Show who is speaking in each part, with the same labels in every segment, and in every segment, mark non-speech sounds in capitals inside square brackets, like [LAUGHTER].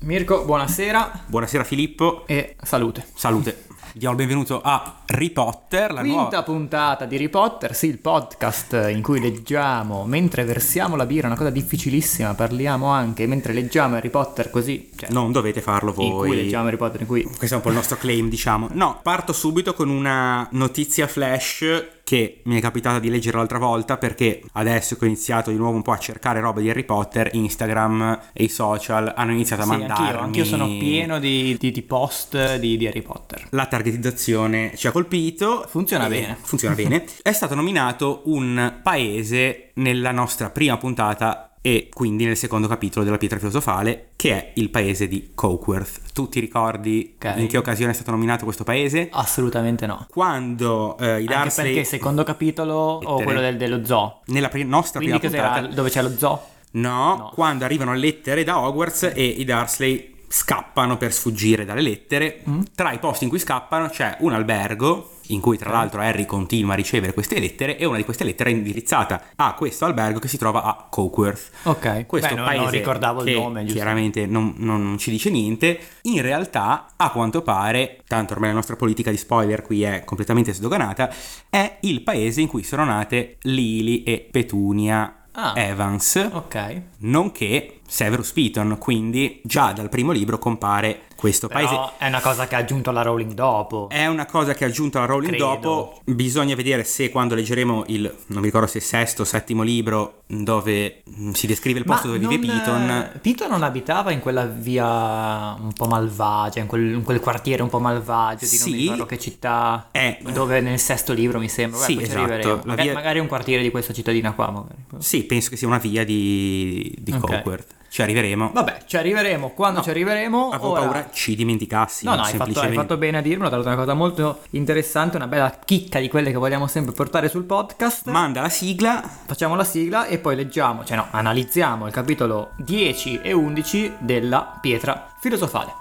Speaker 1: Mirko, buonasera
Speaker 2: Buonasera Filippo,
Speaker 1: e salute.
Speaker 2: salute. Diamo il benvenuto a Harry Potter, la
Speaker 1: Quinta
Speaker 2: nuova...
Speaker 1: puntata di Harry Potter, sì, il podcast in cui leggiamo mentre versiamo la birra, una cosa difficilissima, parliamo anche mentre leggiamo Harry Potter così, cioè,
Speaker 2: Non dovete farlo
Speaker 1: in cui
Speaker 2: voi.
Speaker 1: leggiamo Harry Potter, in cui...
Speaker 2: Questo è un po' il nostro claim, diciamo. No, parto subito con una notizia flash che mi è capitata di leggere l'altra volta perché adesso che ho iniziato di nuovo un po' a cercare roba di Harry Potter, Instagram e i social hanno iniziato a
Speaker 1: Sì,
Speaker 2: mandarmi...
Speaker 1: anch'io, anch'io sono pieno di, di- di post di, di Harry Potter.
Speaker 2: La targetizzazione ci ha colpito.
Speaker 1: Funziona
Speaker 2: Eh,
Speaker 1: bene. [LAUGHS]
Speaker 2: Funziona bene. È stato nominato un paese nella nostra prima puntata e quindi nel secondo capitolo della pietra filosofale, che è il paese di Cokeworth. Tu ti ricordi
Speaker 1: Ok.
Speaker 2: in che occasione è stato nominato questo paese?
Speaker 1: Assolutamente no.
Speaker 2: Quando eh,
Speaker 1: Anche
Speaker 2: i Dursley...
Speaker 1: perché secondo capitolo o
Speaker 2: Lettere.
Speaker 1: quello del- dello zoo.
Speaker 2: Nella pri- nostra
Speaker 1: Quindi
Speaker 2: prima
Speaker 1: cos'era?
Speaker 2: puntata...
Speaker 1: Dove c'è lo zoo?
Speaker 2: No,
Speaker 1: No.
Speaker 2: quando arrivano lettere da Hogwarts e i Dursley scappano per sfuggire dalle lettere.
Speaker 1: Mm.
Speaker 2: Tra i posti in cui scappano c'è un albergo in cui tra l'altro Harry continua a ricevere queste lettere e una di queste lettere è indirizzata a questo albergo che si trova a Cokeworth.
Speaker 1: Ok,
Speaker 2: Questo
Speaker 1: Beh, non,
Speaker 2: paese
Speaker 1: non ricordavo
Speaker 2: che
Speaker 1: il nome, giusto?
Speaker 2: chiaramente non, non ci dice niente, in realtà a quanto pare, tanto ormai la nostra politica di spoiler qui è completamente sdoganata, è il paese in cui sono nate Lily e Petunia
Speaker 1: Ah.
Speaker 2: Evans
Speaker 1: Ok.
Speaker 2: nonché Severus Piton, quindi già dal primo libro compare questo paese.
Speaker 1: Però è una cosa che ha aggiunto la Rowling dopo.
Speaker 2: È una cosa che ha aggiunto la Rowling
Speaker 1: Credo.
Speaker 2: dopo, bisogna vedere se quando leggeremo il, non mi ricordo se sesto o settimo libro, dove mm, si descrive il posto dove vive Piton,
Speaker 1: Piton non abitava in quella via un po' malvagia, in quel, in quel quartiere un po' malvagio di non
Speaker 2: Sì.
Speaker 1: mi ricordo che città.
Speaker 2: Eh.
Speaker 1: Dove nel sesto libro mi sembra. Vabbè,
Speaker 2: Sì,
Speaker 1: poi ci
Speaker 2: esatto.
Speaker 1: arriveremo.
Speaker 2: La
Speaker 1: Magari,
Speaker 2: via-
Speaker 1: magari un quartiere di questa cittadina qua. Magari.
Speaker 2: sì, penso che sia una via di, di
Speaker 1: Ok.
Speaker 2: Cockworth. Ci arriveremo.
Speaker 1: Vabbè, ci arriveremo. Quando
Speaker 2: No,
Speaker 1: ci arriveremo.
Speaker 2: Avevo
Speaker 1: ora-
Speaker 2: paura ci dimenticassimo.
Speaker 1: No, no, hai fatto, hai
Speaker 2: semplicemente.
Speaker 1: fatto bene a dirmelo, è una cosa molto interessante, una bella chicca di quelle che vogliamo sempre portare sul podcast.
Speaker 2: Manda la sigla.
Speaker 1: Facciamo la sigla e poi leggiamo, cioè no, analizziamo il capitolo 10 e 11 della pietra filosofale.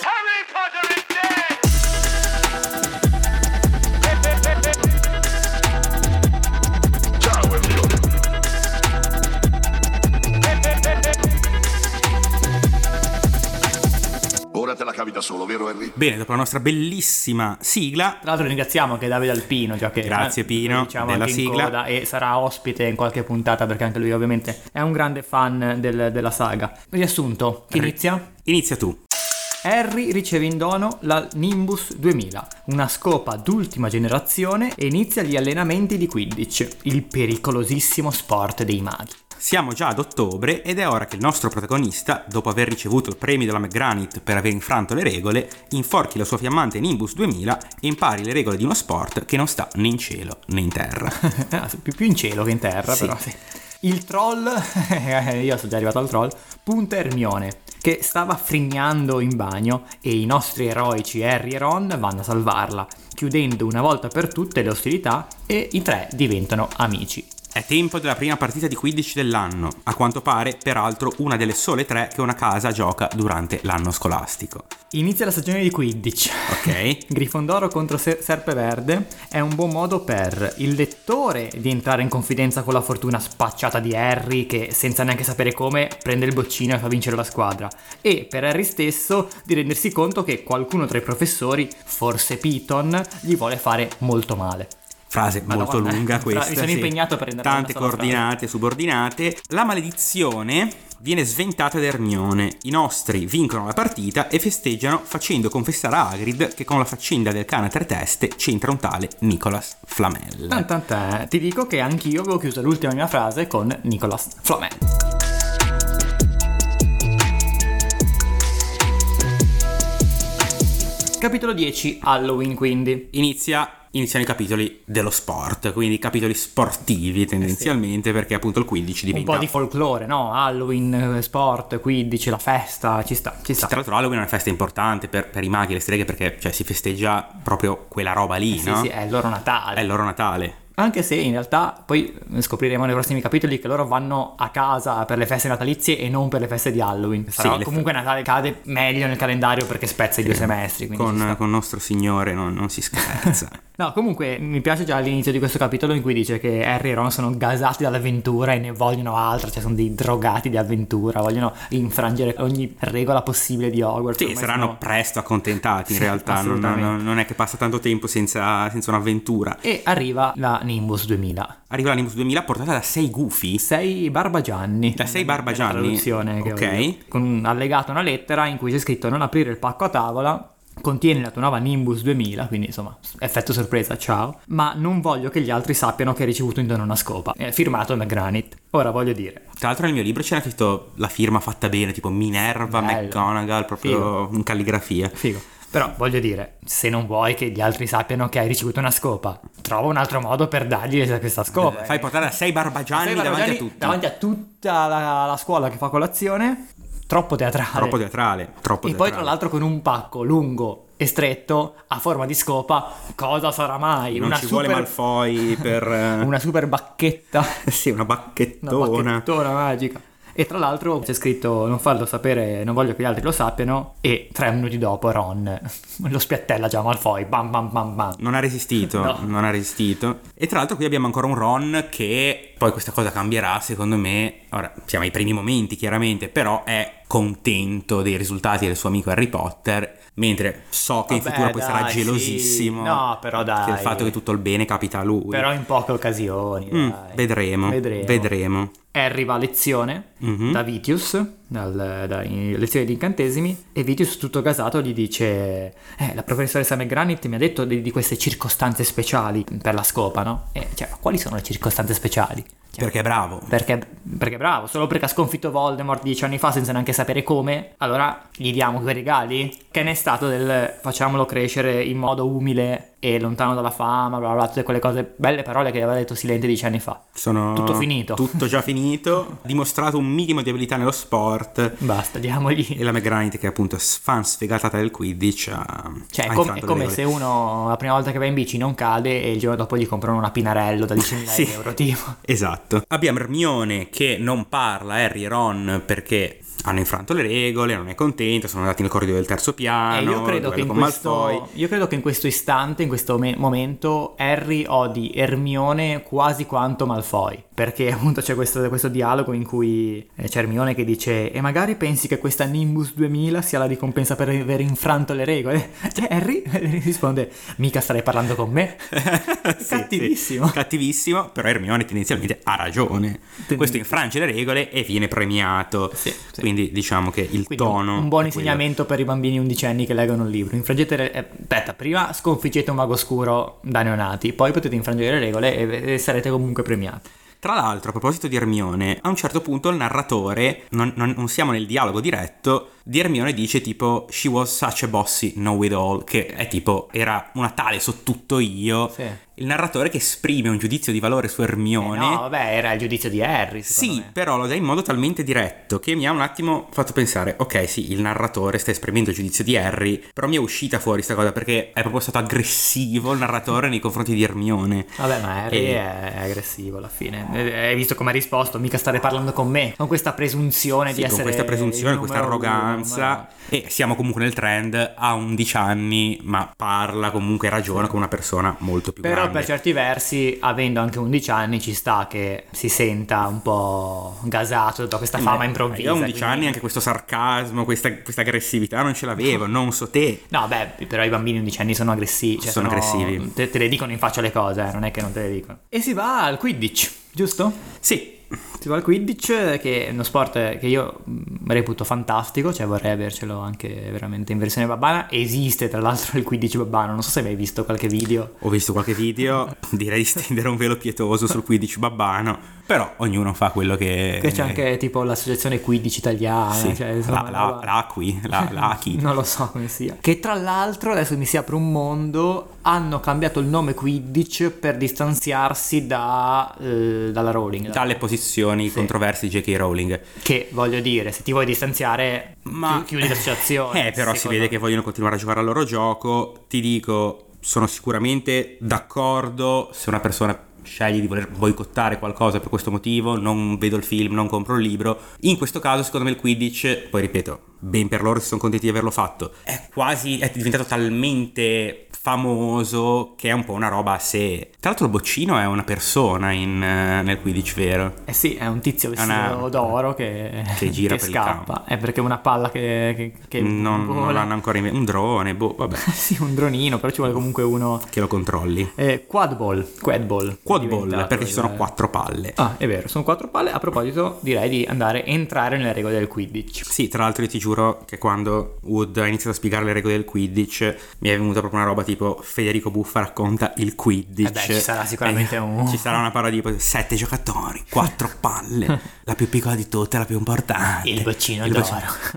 Speaker 3: Harry Potter is dead!
Speaker 4: Ora te la cavi da solo, vero Henry?
Speaker 2: Bene, dopo la nostra bellissima sigla,
Speaker 1: Tra l'altro ringraziamo anche Davide Alpino, già che
Speaker 2: Grazie,
Speaker 1: eh,
Speaker 2: Pino,
Speaker 1: lo diciamo
Speaker 2: della
Speaker 1: anche
Speaker 2: sigla.
Speaker 1: in coda e sarà ospite in qualche puntata perché anche lui ovviamente è un grande fan del- della saga. Riassunto, chi
Speaker 2: Ri-
Speaker 1: inizia?
Speaker 2: inizia tu.
Speaker 1: Harry riceve in dono la Nimbus 2000, una scopa d'ultima generazione e inizia gli allenamenti di Quidditch, il pericolosissimo sport dei maghi.
Speaker 2: Siamo già ad ottobre ed è ora che il nostro protagonista, dopo aver ricevuto il premio della McGranit per aver infranto le regole, inforchi la sua fiammante Nimbus 2000 e impari le regole di uno sport che non sta né in cielo né in terra.
Speaker 1: [LAUGHS] Ah, più, più in cielo che in terra,
Speaker 2: Sì.
Speaker 1: però. sì. Il troll, [LAUGHS] io sono già arrivato al troll, punta Hermione, che stava frignando in bagno e i nostri eroici Harry e Ron vanno a salvarla, chiudendo una volta per tutte le ostilità e i tre diventano amici.
Speaker 2: È tempo della prima partita di 15 dell'anno, a quanto pare peraltro una delle sole tre che una casa gioca durante l'anno scolastico.
Speaker 1: Inizia la stagione di Quidditch.
Speaker 2: Ok?
Speaker 1: Grifondoro contro Se- Serpeverde è un buon modo per il lettore di entrare in confidenza con la fortuna spacciata di Harry che senza neanche sapere come prende il boccino e fa vincere la squadra e per Harry stesso di rendersi conto che qualcuno tra i professori, forse Piton, gli vuole fare molto male.
Speaker 2: Frase
Speaker 1: Madonna,
Speaker 2: molto lunga
Speaker 1: fra-
Speaker 2: questa.
Speaker 1: mi sono
Speaker 2: sì.
Speaker 1: impegnato per renderla
Speaker 2: Tante
Speaker 1: una sola
Speaker 2: coordinate subordinate. La maledizione viene sventata da Hermione. I nostri vincono la partita e festeggiano facendo confessare a Hagrid che con la faccenda del cane a tre teste c'entra un tale Nicholas Flamel.
Speaker 1: Tan tan tan. Ti dico che anch'io avevo chiuso l'ultima mia frase con Nicolas Flamel. Capitolo 10 Halloween quindi.
Speaker 2: Inizia- iniziano i capitoli dello sport, quindi capitoli sportivi tendenzialmente, perché appunto il
Speaker 1: Eh
Speaker 2: 15
Speaker 1: Un
Speaker 2: diventa
Speaker 1: po' di folklore, no? Halloween, eh, sport, 15, la festa, ci sta, ci sta.
Speaker 2: Tra l'altro Halloween è una festa importante per, per i maghi e le streghe perché cioè, si festeggia proprio quella roba lì,
Speaker 1: Eh Sì,
Speaker 2: no?
Speaker 1: sì, è il loro Natale.
Speaker 2: È il loro Natale.
Speaker 1: Anche se in realtà poi eh, scopriremo nei prossimi capitoli che loro vanno a casa per le feste natalizie e non per le feste di Halloween. Sarà
Speaker 2: le-
Speaker 1: comunque Natale cade meglio nel calendario perché spezza i due semestri. quindi ci
Speaker 2: Con,
Speaker 1: sta. [LAUGHS]
Speaker 2: con nostro signore non, non si scherza.
Speaker 1: No, comunque mi piace già l'inizio di questo capitolo in cui dice che Harry e Ron sono gasati dall'avventura e ne vogliono altra, cioè sono dei drogati di avventura, vogliono infrangere ogni regola possibile di Hogwarts.
Speaker 2: Sì,
Speaker 1: ormai
Speaker 2: saranno
Speaker 1: sono-
Speaker 2: presto accontentati in
Speaker 1: Sì,
Speaker 2: realtà, non, non-
Speaker 1: assolutamente.
Speaker 2: non è che passa tanto tempo senza, senza un'avventura.
Speaker 1: E arriva la Nimbus 2000.
Speaker 2: Arriva la Nimbus 2000 portata da 6 gufi,
Speaker 1: Sei Barbagianni.
Speaker 2: Da sei
Speaker 1: È la
Speaker 2: Barbagianni?
Speaker 1: traduzione che ho
Speaker 2: Ok.
Speaker 1: io. Con allegata una lettera in cui c'è scritto non aprire il pacco a tavola, contiene la tua nuova Nimbus 2000, quindi insomma, effetto sorpresa, ciao, ma non voglio che gli altri sappiano che hai ricevuto intorno una scopa. È firmato McGranit. Ora voglio dire,
Speaker 2: Tra l'altro nel mio libro c'era scritto la firma fatta bene, tipo Minerva
Speaker 1: Bello.
Speaker 2: McGonagall, proprio
Speaker 1: Figo.
Speaker 2: in calligrafia.
Speaker 1: figo. Però voglio dire, se non vuoi che gli altri sappiano che hai ricevuto una scopa, trova un altro modo per dargli questa scopa.
Speaker 2: Fai
Speaker 1: eh.
Speaker 2: portare da 6 Barbagianni
Speaker 1: Sai, guarda,
Speaker 2: davanti a
Speaker 1: Gianni,
Speaker 2: tutti.
Speaker 1: davanti a tutta la, la scuola che fa colazione, troppo teatrale.
Speaker 2: Troppo teatrale, troppo
Speaker 1: e
Speaker 2: teatrale.
Speaker 1: poi tra l'altro con un pacco lungo e stretto a forma di scopa, cosa sarà mai?
Speaker 2: non
Speaker 1: una,
Speaker 2: ci
Speaker 1: super,
Speaker 2: vuole Malfoy per... eh,
Speaker 1: [LAUGHS] una super bacchetta,
Speaker 2: [LAUGHS] Sì, una
Speaker 1: una
Speaker 2: bacchettona.
Speaker 1: bacchettona magica. E tra l'altro c'è scritto non farlo sapere, non voglio che gli altri lo sappiano e tre minuti dopo Ron [LAUGHS] lo spiattella già Malfoy, bam bam bam bam.
Speaker 2: Non ha
Speaker 1: [LAUGHS]
Speaker 2: resistito,
Speaker 1: No.
Speaker 2: non ha resistito. E tra l'altro qui abbiamo ancora un Ron che poi questa cosa cambierà, secondo me. Ora, siamo ai primi momenti, chiaramente, però è contento dei risultati del suo amico Harry Potter, mentre so che in
Speaker 1: Vabbè,
Speaker 2: futuro poi sarà
Speaker 1: dai,
Speaker 2: gelosissimo
Speaker 1: sì. No, però dai.
Speaker 2: del fatto che tutto il bene capita a lui.
Speaker 1: Però in poche occasioni.
Speaker 2: Mm,
Speaker 1: dai.
Speaker 2: vedremo, vedremo.
Speaker 1: Vedremo. Harry va a lezione
Speaker 2: Mhm.
Speaker 1: da Vitius, dal, da in- lezione di incantesimi, e Vitius tutto gasato gli dice «Eh, la professoressa McGranit mi ha detto di, di queste circostanze speciali per la scopa, no?» E cioè, ma quali sono le circostanze speciali? Cioè,
Speaker 2: Perché è bravo.
Speaker 1: perché, perché bravo, solo perché ha sconfitto Voldemort dieci anni fa senza neanche sapere come, allora gli diamo quei regali? Che ne è stato del facciamolo crescere in modo umile e lontano dalla fama, bla bla, bla, tutte quelle cose, belle parole che aveva detto Silente dieci anni fa.
Speaker 2: Sono
Speaker 1: Tutto finito.
Speaker 2: Tutto già
Speaker 1: [LAUGHS]
Speaker 2: finito. Ha dimostrato un minimo di abilità nello sport.
Speaker 1: Basta,
Speaker 2: E
Speaker 1: diamogli.
Speaker 2: la McGranit, che è appunto s- fan sfegatata del Quidditch, ha.
Speaker 1: Cioè,
Speaker 2: ha
Speaker 1: è, com-
Speaker 2: infranto
Speaker 1: è
Speaker 2: le
Speaker 1: come
Speaker 2: Ah, regole.
Speaker 1: se uno la prima volta che va in bici non cade e il giorno dopo gli comprano una pinarello da 10.000
Speaker 2: Sì.
Speaker 1: euro, tipo.
Speaker 2: Esatto. Abbiamo Hermione che non parla a Harry e Ron perché hanno infranto le regole, non è contento, sono andati nel corridoio del terzo
Speaker 1: Eh,
Speaker 2: piano.
Speaker 1: io, credo
Speaker 2: duello
Speaker 1: che in
Speaker 2: con
Speaker 1: questo, [LAUGHS]
Speaker 2: Malfoy.
Speaker 1: io credo che in questo istante, in questo me- momento, Harry odi Hermione quasi quanto Malfoy. Perché [LAUGHS] appunto c'è questo, questo dialogo in cui eh, c'è Hermione che dice: E magari pensi che questa Nimbus 2000 sia la ricompensa per aver infranto le regole? [LAUGHS] Cioè, Harry risponde: Mica starei parlando con
Speaker 2: [LAUGHS]
Speaker 1: me.
Speaker 2: Sì,
Speaker 1: Cattivissimo.
Speaker 2: sì, cattivissimo, però Hermione tendenzialmente ha ragione. Questo infrange le regole e viene premiato.
Speaker 1: sì.
Speaker 2: Quindi diciamo che il
Speaker 1: Quindi
Speaker 2: tono.
Speaker 1: un buon
Speaker 2: è quello.
Speaker 1: insegnamento per i bambini undicenni che leggono il libro. Infrangete le- eh, aspetta, prima sconfiggete un mago scuro da neonati, poi potete infrangere le regole e, e sarete comunque premiati.
Speaker 2: Tra l'altro, a proposito di Hermione, a un certo punto il narratore, non, non- non siamo nel dialogo diretto, di Hermione dice tipo She was such a bossy know it all, che è tipo era una tale so tutto io.
Speaker 1: Sì.
Speaker 2: Il narratore che esprime un giudizio di valore su
Speaker 1: Eh
Speaker 2: Hermione.
Speaker 1: no, vabbè, era il giudizio di Harry. secondo
Speaker 2: Sì,
Speaker 1: me.
Speaker 2: però lo dà in modo talmente diretto che mi ha un attimo fatto pensare, ok, sì, il narratore sta esprimendo il giudizio di Harry, però mi è uscita fuori sta cosa perché è proprio stato aggressivo il narratore nei confronti di Hermione.
Speaker 1: Vabbè, ma Harry
Speaker 2: E-
Speaker 1: è è aggressivo alla fine. Eh, Hai visto come ha risposto? Mica stare parlando con me. Con questa presunzione di
Speaker 2: Sì,
Speaker 1: essere.
Speaker 2: con questa presunzione,
Speaker 1: il
Speaker 2: questa
Speaker 1: numero uno,
Speaker 2: arroganza.
Speaker 1: ma-
Speaker 2: E siamo comunque nel trend, ha 11 anni, ma parla comunque, ragiona con una persona molto più
Speaker 1: Però
Speaker 2: grande.
Speaker 1: per certi versi, avendo anche 11 anni, ci sta che si senta un po' gasato da questa fama improvvisa.
Speaker 2: Eh, Io a 11
Speaker 1: quindi-
Speaker 2: anni anche questo sarcasmo, questa, questa aggressività non ce l'avevo, non so te.
Speaker 1: No, beh, però i bambini undicenni sono aggressivi. Cioè
Speaker 2: Sono aggressivi.
Speaker 1: Te, te le dicono in faccia le cose, eh, non è che non te le dicono. E si va al Quidditch, giusto?
Speaker 2: Sì,
Speaker 1: Si va al Quidditch, che è uno sport che io mh, reputo fantastico, cioè vorrei avercelo anche veramente in versione babbana. Esiste tra l'altro il Quidditch babbano, non so se hai mai visto qualche video.
Speaker 2: ho visto qualche video, [LAUGHS] direi di stendere un velo pietoso sul 15 babbano, però ognuno fa quello che...
Speaker 1: Che c'è anche tipo l'associazione Quidditch italiana,
Speaker 2: Eh. Sì,
Speaker 1: cioè insomma,
Speaker 2: la,
Speaker 1: una
Speaker 2: la,
Speaker 1: roba-
Speaker 2: la qui, la, la chi.
Speaker 1: [LAUGHS] Non lo so come sia. Che tra l'altro, adesso mi si apre un mondo, hanno cambiato il nome Quidditch per distanziarsi da, eh, dalla Rowling.
Speaker 2: Dalle posizioni controverse di J.K. Rowling.
Speaker 1: Che voglio dire, se ti vuoi distanziare, chi- chiudi l'associazione.
Speaker 2: [LAUGHS] Eh, però si
Speaker 1: secondo
Speaker 2: vede che vogliono continuare a giocare al loro gioco. Ti dico, sono sicuramente d'accordo se una persona sceglie di voler boicottare qualcosa per questo motivo, non vedo il film, non compro il libro. In questo caso, secondo me il Quidditch, poi ripeto, ben per loro si sono contenti di averlo fatto. È quasi, è diventato talmente famoso che è un po' una roba a sé. Tra l'altro Boccino è una persona in, eh, nel Quidditch, vero?
Speaker 1: Eh sì, è un tizio vestito
Speaker 2: una-
Speaker 1: d'oro che,
Speaker 2: che gira per il
Speaker 1: scappa. È perché una palla che. che, che
Speaker 2: Non, non
Speaker 1: vola.
Speaker 2: l'hanno ancora inventato. Un drone, boh, vabbè,
Speaker 1: [LAUGHS] Sì, un dronino, però ci vuole comunque uno.
Speaker 2: che lo controlli.
Speaker 1: Eh, quad ball. Quad ball.
Speaker 2: Quad
Speaker 1: è
Speaker 2: ball,
Speaker 1: diventato
Speaker 2: perché ci sono
Speaker 1: il-
Speaker 2: quattro palle.
Speaker 1: Ah, è vero, sono quattro palle. A proposito, direi di andare entrare nelle regole del Quidditch.
Speaker 2: Sì, tra l'altro io ti giuro che quando Wood ha iniziato a spiegare le regole del Quidditch mi è venuta proprio una roba tipo Federico Buffa racconta il Quidditch.
Speaker 1: Eh beh, ci sarà sicuramente un-
Speaker 2: [LAUGHS] Ci sarà una parola tipo sette giocatori,
Speaker 1: [LAUGHS]
Speaker 2: quattro palle, la più piccola di tutte, la più importante.
Speaker 1: Il boccino d'oro.
Speaker 2: [LAUGHS]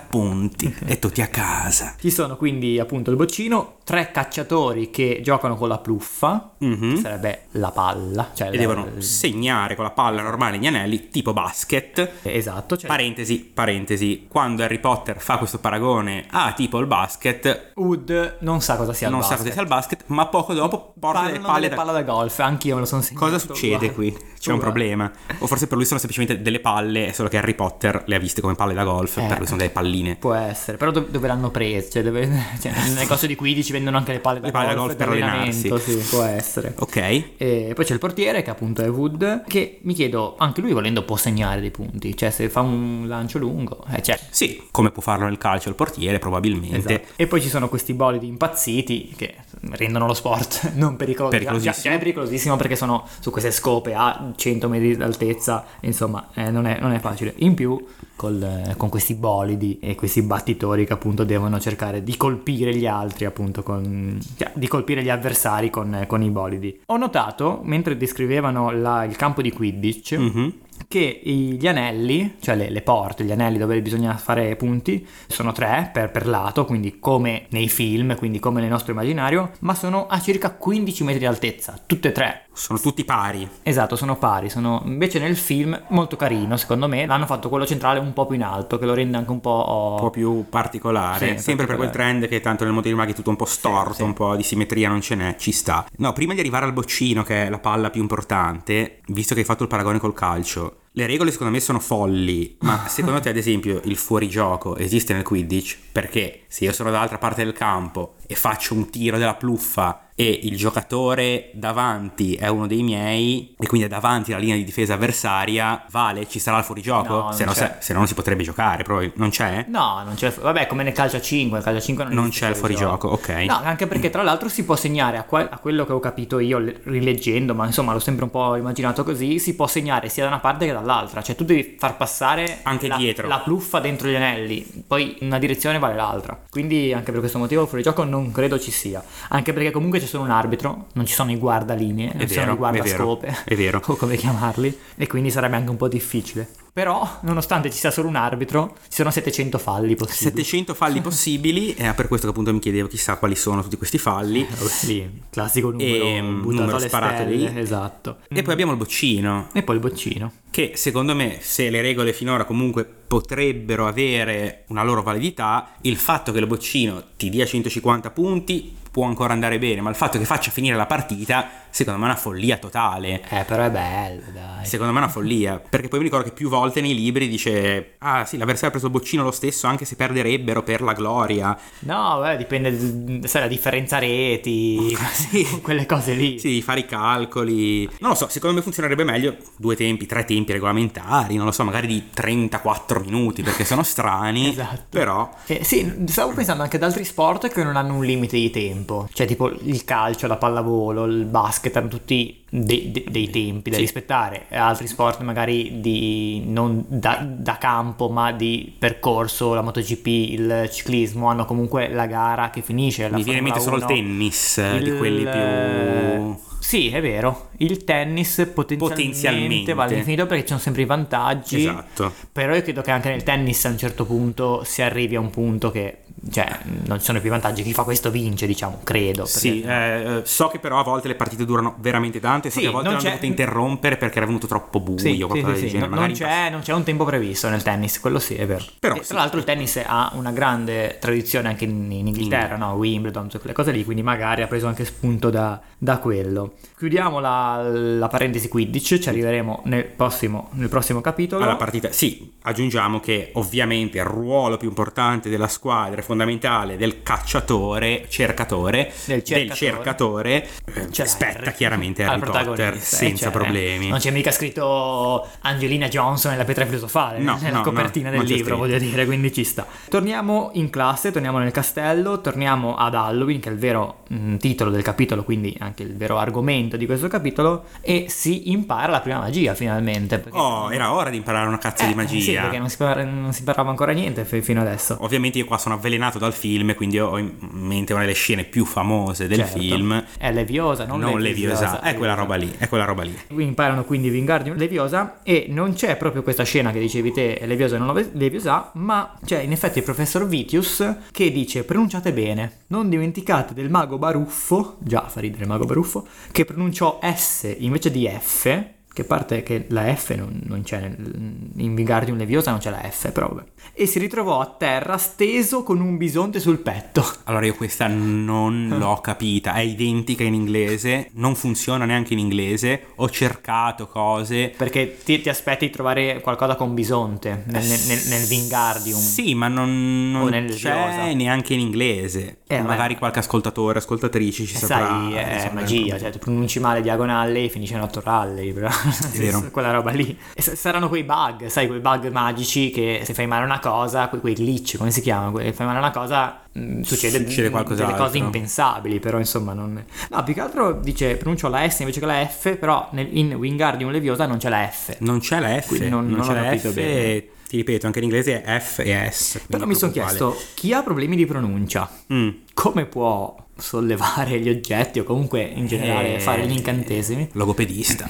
Speaker 1: [LAUGHS]
Speaker 2: punti e tutti a casa.
Speaker 1: Ci sono quindi appunto il boccino, tre cacciatori che giocano con la pluffa, che sarebbe la palla, cioè
Speaker 2: Mm? Mm-hmm. E
Speaker 1: la-
Speaker 2: devono segnare con la palla normale gli anelli tipo basket.
Speaker 1: Esatto, cioè
Speaker 2: Parentesi, parentesi, quando Harry Potter fa questo paragone a tipo il basket,
Speaker 1: Wood non sa cosa sia il
Speaker 2: non sa
Speaker 1: basket.
Speaker 2: cosa sia il basket, ma poco dopo porta
Speaker 1: Parlano
Speaker 2: delle
Speaker 1: delle
Speaker 2: palle da...
Speaker 1: palla da golf, anch'io me lo sono sentito.
Speaker 2: Cosa succede
Speaker 1: guarda.
Speaker 2: qui? C'è un
Speaker 1: Guarda.
Speaker 2: problema. O forse per lui sono semplicemente delle palle, solo che Harry Potter le ha viste come palle da golf,
Speaker 1: Eh.
Speaker 2: per lui sono delle palline.
Speaker 1: Può essere, però dov- dove l'hanno presa? Cioè, dove- [LAUGHS] cioè, nel negozio di 15 vendono anche le palle da
Speaker 2: Le palle da golf per
Speaker 1: allenamento,
Speaker 2: allenarsi.
Speaker 1: Sì, può essere.
Speaker 2: Ok.
Speaker 1: E poi c'è il portiere che appunto è Wood, che mi chiedo, anche lui volendo può segnare dei punti, cioè se fa un lancio lungo, eh, cioè,
Speaker 2: Sì, come può farlo nel calcio il portiere, probabilmente.
Speaker 1: Esatto. E poi ci sono questi bolidi impazziti che rendono lo sport [LAUGHS] non pericoloso.
Speaker 2: Pericolosissimo.
Speaker 1: Già, già è pericolosissimo perché sono su queste scope a 100 metri d'altezza, insomma, eh, non, è, non è facile. In più, col, eh, con questi bolidi e questi battitori che appunto devono cercare di colpire gli altri, appunto, con, cioè, di colpire gli avversari con, eh, con i bolidi. Ho notato, mentre descrivevano la- il campo di Quidditch,
Speaker 2: Mhm.
Speaker 1: che i- gli anelli, cioè le, le porte, gli anelli dove bisogna fare punti, sono tre per, per lato, quindi come nei film, quindi come nel nostro immaginario, ma sono a circa 15 metri di altezza, tutte e tre.
Speaker 2: Sono tutti pari.
Speaker 1: Esatto, sono pari, sono invece nel film molto carino, secondo me, l'hanno fatto quello centrale un po' più in alto, che lo rende anche un po'...
Speaker 2: Un po' più particolare,
Speaker 1: Sì,
Speaker 2: sempre per quel
Speaker 1: particolare.
Speaker 2: trend che tanto nel mondo dei maghi è tutto un po' storto,
Speaker 1: sì.
Speaker 2: un po' di simmetria non ce n'è, ci sta. No, prima di arrivare al boccino, che è la palla più importante, visto che hai fatto il paragone col calcio, le regole secondo me sono folli,
Speaker 1: [LAUGHS]
Speaker 2: ma secondo te ad esempio il fuorigioco esiste nel Quidditch? Perché se io sono dall'altra parte del campo e faccio un tiro della pluffa e il giocatore davanti è uno dei miei e quindi è davanti alla linea di difesa avversaria, vale, ci sarà il fuorigioco?
Speaker 1: No, non
Speaker 2: se, no,
Speaker 1: c'è.
Speaker 2: se- se no non si potrebbe giocare, proprio non c'è?
Speaker 1: No, non c'è... Vabbè, come nel calcio a 5, nel calcio a 5 non,
Speaker 2: Non
Speaker 1: esiste
Speaker 2: c'è il fuorigioco, ok.
Speaker 1: No, anche perché tra l'altro si può segnare a, quel- a quello che ho capito io le- rileggendo, ma insomma l'ho sempre un po' immaginato così, si può segnare sia da una parte che dall'altra, cioè tu devi far passare
Speaker 2: Anche
Speaker 1: la,
Speaker 2: dietro.
Speaker 1: la pluffa dentro gli anelli, poi una direzione vale l'altra. Quindi anche per questo motivo il fuorigioco non credo ci sia, anche perché comunque c'è solo un arbitro, non ci sono i guardalinee, non ci sono i
Speaker 2: vero,
Speaker 1: guardascope,
Speaker 2: è vero, è vero.
Speaker 1: [LAUGHS] o come chiamarli, e quindi sarebbe anche un po' difficile. Però, nonostante ci sia solo un arbitro, ci sono 700 falli possibili. [LAUGHS]
Speaker 2: 700 falli possibili, è per questo che appunto mi chiedevo chissà quali sono tutti questi falli.
Speaker 1: Sì, classico numero,
Speaker 2: E, mm,
Speaker 1: buttato
Speaker 2: numero
Speaker 1: alle
Speaker 2: sparato
Speaker 1: stelle,
Speaker 2: lì.
Speaker 1: esatto.
Speaker 2: E poi abbiamo il boccino,
Speaker 1: E poi il boccino.
Speaker 2: che secondo me, se le regole finora comunque potrebbero avere una loro validità, il fatto che il boccino ti dia 150 punti può ancora andare bene, ma il fatto che faccia finire la partita, secondo me è una follia totale.
Speaker 1: Eh, però è bello, dai.
Speaker 2: Secondo me è una follia, perché poi mi ricordo che più volte nei libri dice, ah sì, l'avversario ha preso il boccino lo stesso, anche se perderebbero per la gloria.
Speaker 1: No, beh, dipende, d- sai, la differenza reti,
Speaker 2: [LAUGHS] Sì.
Speaker 1: quelle cose lì.
Speaker 2: Sì, devi fare i calcoli. Non lo so, secondo me funzionerebbe meglio due tempi, tre tempi regolamentari, non lo so, magari di 34 minuti perché sono strani.
Speaker 1: [LAUGHS] Esatto.
Speaker 2: Però
Speaker 1: Eh, sì, stavo pensando anche ad altri sport che non hanno un limite di tempo. Cioè, tipo il calcio, la pallavolo, il basket, hanno tutti de- de- dei tempi da
Speaker 2: Sì.
Speaker 1: rispettare. E Altri sport magari di non da, da campo, ma di percorso, la MotoGP, il ciclismo, hanno comunque la gara che finisce. La
Speaker 2: mi viene in mente solo
Speaker 1: Formula
Speaker 2: il
Speaker 1: 1.
Speaker 2: tennis, eh, di
Speaker 1: Il-
Speaker 2: quelli più.
Speaker 1: Sì, è vero. Il tennis potenzialmente,
Speaker 2: Potenzialmente.
Speaker 1: va all'infinito perché ci sono sempre i vantaggi.
Speaker 2: Esatto.
Speaker 1: Però io credo che anche nel tennis a un certo punto si arrivi a un punto che cioè, non ci sono più vantaggi. Chi fa questo vince, diciamo, credo. perché-
Speaker 2: Sì, eh, eh, so che però a volte le partite durano veramente tante, so
Speaker 1: Sì,
Speaker 2: che a volte
Speaker 1: non
Speaker 2: l'hanno
Speaker 1: c'è-
Speaker 2: dovuto interrompere perché era venuto troppo buio,
Speaker 1: Sì, sì,
Speaker 2: qualcosa
Speaker 1: sì,
Speaker 2: del
Speaker 1: sì,
Speaker 2: genere.
Speaker 1: non-
Speaker 2: magari
Speaker 1: non, c'è, non c'è un tempo previsto nel tennis, quello sì, è vero.
Speaker 2: Però
Speaker 1: E
Speaker 2: sì.
Speaker 1: Tra l'altro il tennis ha una grande tradizione anche in, in Inghilterra, no? Wimbledon, tutte quelle cose lì, quindi magari ha preso anche spunto da, da quello. Chiudiamo la, la parentesi 15, ci arriveremo nel prossimo, nel prossimo capitolo.
Speaker 2: alla partita. Sì, aggiungiamo che ovviamente il ruolo più importante della squadra è fondamentale del cacciatore, cercatore,
Speaker 1: Del cercatore.
Speaker 2: cercatore, eh,
Speaker 1: C'è
Speaker 2: spetta
Speaker 1: Harry.
Speaker 2: chiaramente
Speaker 1: Al
Speaker 2: Harry Potter
Speaker 1: protagonista, eh,
Speaker 2: senza
Speaker 1: cioè,
Speaker 2: problemi.
Speaker 1: Non c'è mica scritto Angelina Johnson e la pietra filosofale
Speaker 2: No,
Speaker 1: [LAUGHS] nella
Speaker 2: no,
Speaker 1: copertina
Speaker 2: no,
Speaker 1: del
Speaker 2: non c'è
Speaker 1: libro,
Speaker 2: scritto.
Speaker 1: voglio dire, quindi ci sta. Torniamo in classe, torniamo nel castello, torniamo ad Halloween, che è il vero mh, titolo del capitolo, quindi anche il vero argomento di questo capitolo, e si impara la prima magia finalmente. perché-
Speaker 2: Oh, era ora di imparare una cazzo
Speaker 1: Eh,
Speaker 2: di magia.
Speaker 1: Sì, perché non si, par- non si parlava ancora niente fi- fino adesso.
Speaker 2: Ovviamente io qua sono avvelenato dal film, quindi ho in mente una delle scene più famose del
Speaker 1: Certo.
Speaker 2: film.
Speaker 1: È Leviosa, non, esatto.
Speaker 2: Non
Speaker 1: Leviosa.
Speaker 2: Leviosa, è quella roba lì, è quella roba lì.
Speaker 1: imparano quindi Wingardium Leviosa e non c'è proprio questa scena che dicevi te Leviosa e non Leve- Leviosa ma c'è in effetti il professor Vitius che dice pronunciate bene non dimenticate del mago Baruffo già fa ridere il mago Baruffo che pronunciò S invece di F che parte che la F non, non c'è nel- in Wingardium Leviosa non c'è la F però vabbè e si ritrovò a terra steso con un bisonte sul petto [LAUGHS]
Speaker 2: Allora io questa non l'ho capita, è identica in inglese, non funziona neanche in inglese, ho cercato cose.
Speaker 1: perché ti, ti aspetti di trovare qualcosa con bisonte nel, nel, nel- nel Wingardium
Speaker 2: Sì, ma non, non
Speaker 1: O nel Leviosa.
Speaker 2: c'è neanche in inglese.
Speaker 1: Eh, vabbè.
Speaker 2: Magari qualche ascoltatore, ascoltatrice ci
Speaker 1: Eh,
Speaker 2: saprà.
Speaker 1: sai, è
Speaker 2: risolvere
Speaker 1: magia, cioè tu pronunci male diagonale e finisce in otto rally, però [LAUGHS]
Speaker 2: vero.
Speaker 1: quella roba lì. E s- saranno quei bug, sai, quei bug magici che se fai male una cosa, que- quei, glitch, come si chiamano, que- fai male una cosa mh, succede,
Speaker 2: Succede
Speaker 1: mh, delle
Speaker 2: qualcos'altro.
Speaker 1: cose impensabili, però insomma non... No, più che altro dice, pronuncio la S invece che la F, però nel- in Wingardium Leviosa non c'è la F.
Speaker 2: Non c'è la F,
Speaker 1: Quindi non-
Speaker 2: non,
Speaker 1: non
Speaker 2: c'è
Speaker 1: ho
Speaker 2: la
Speaker 1: capito
Speaker 2: F,
Speaker 1: bene.
Speaker 2: e ti ripeto, anche in inglese è F e S. quindi
Speaker 1: Però
Speaker 2: è
Speaker 1: mi sono
Speaker 2: proprio
Speaker 1: chiesto, chi ha problemi di pronuncia?
Speaker 2: uguale. Mm.
Speaker 1: Come può sollevare gli oggetti o comunque in generale
Speaker 2: Eh,
Speaker 1: fare gli incantesimi?
Speaker 2: Logopedista.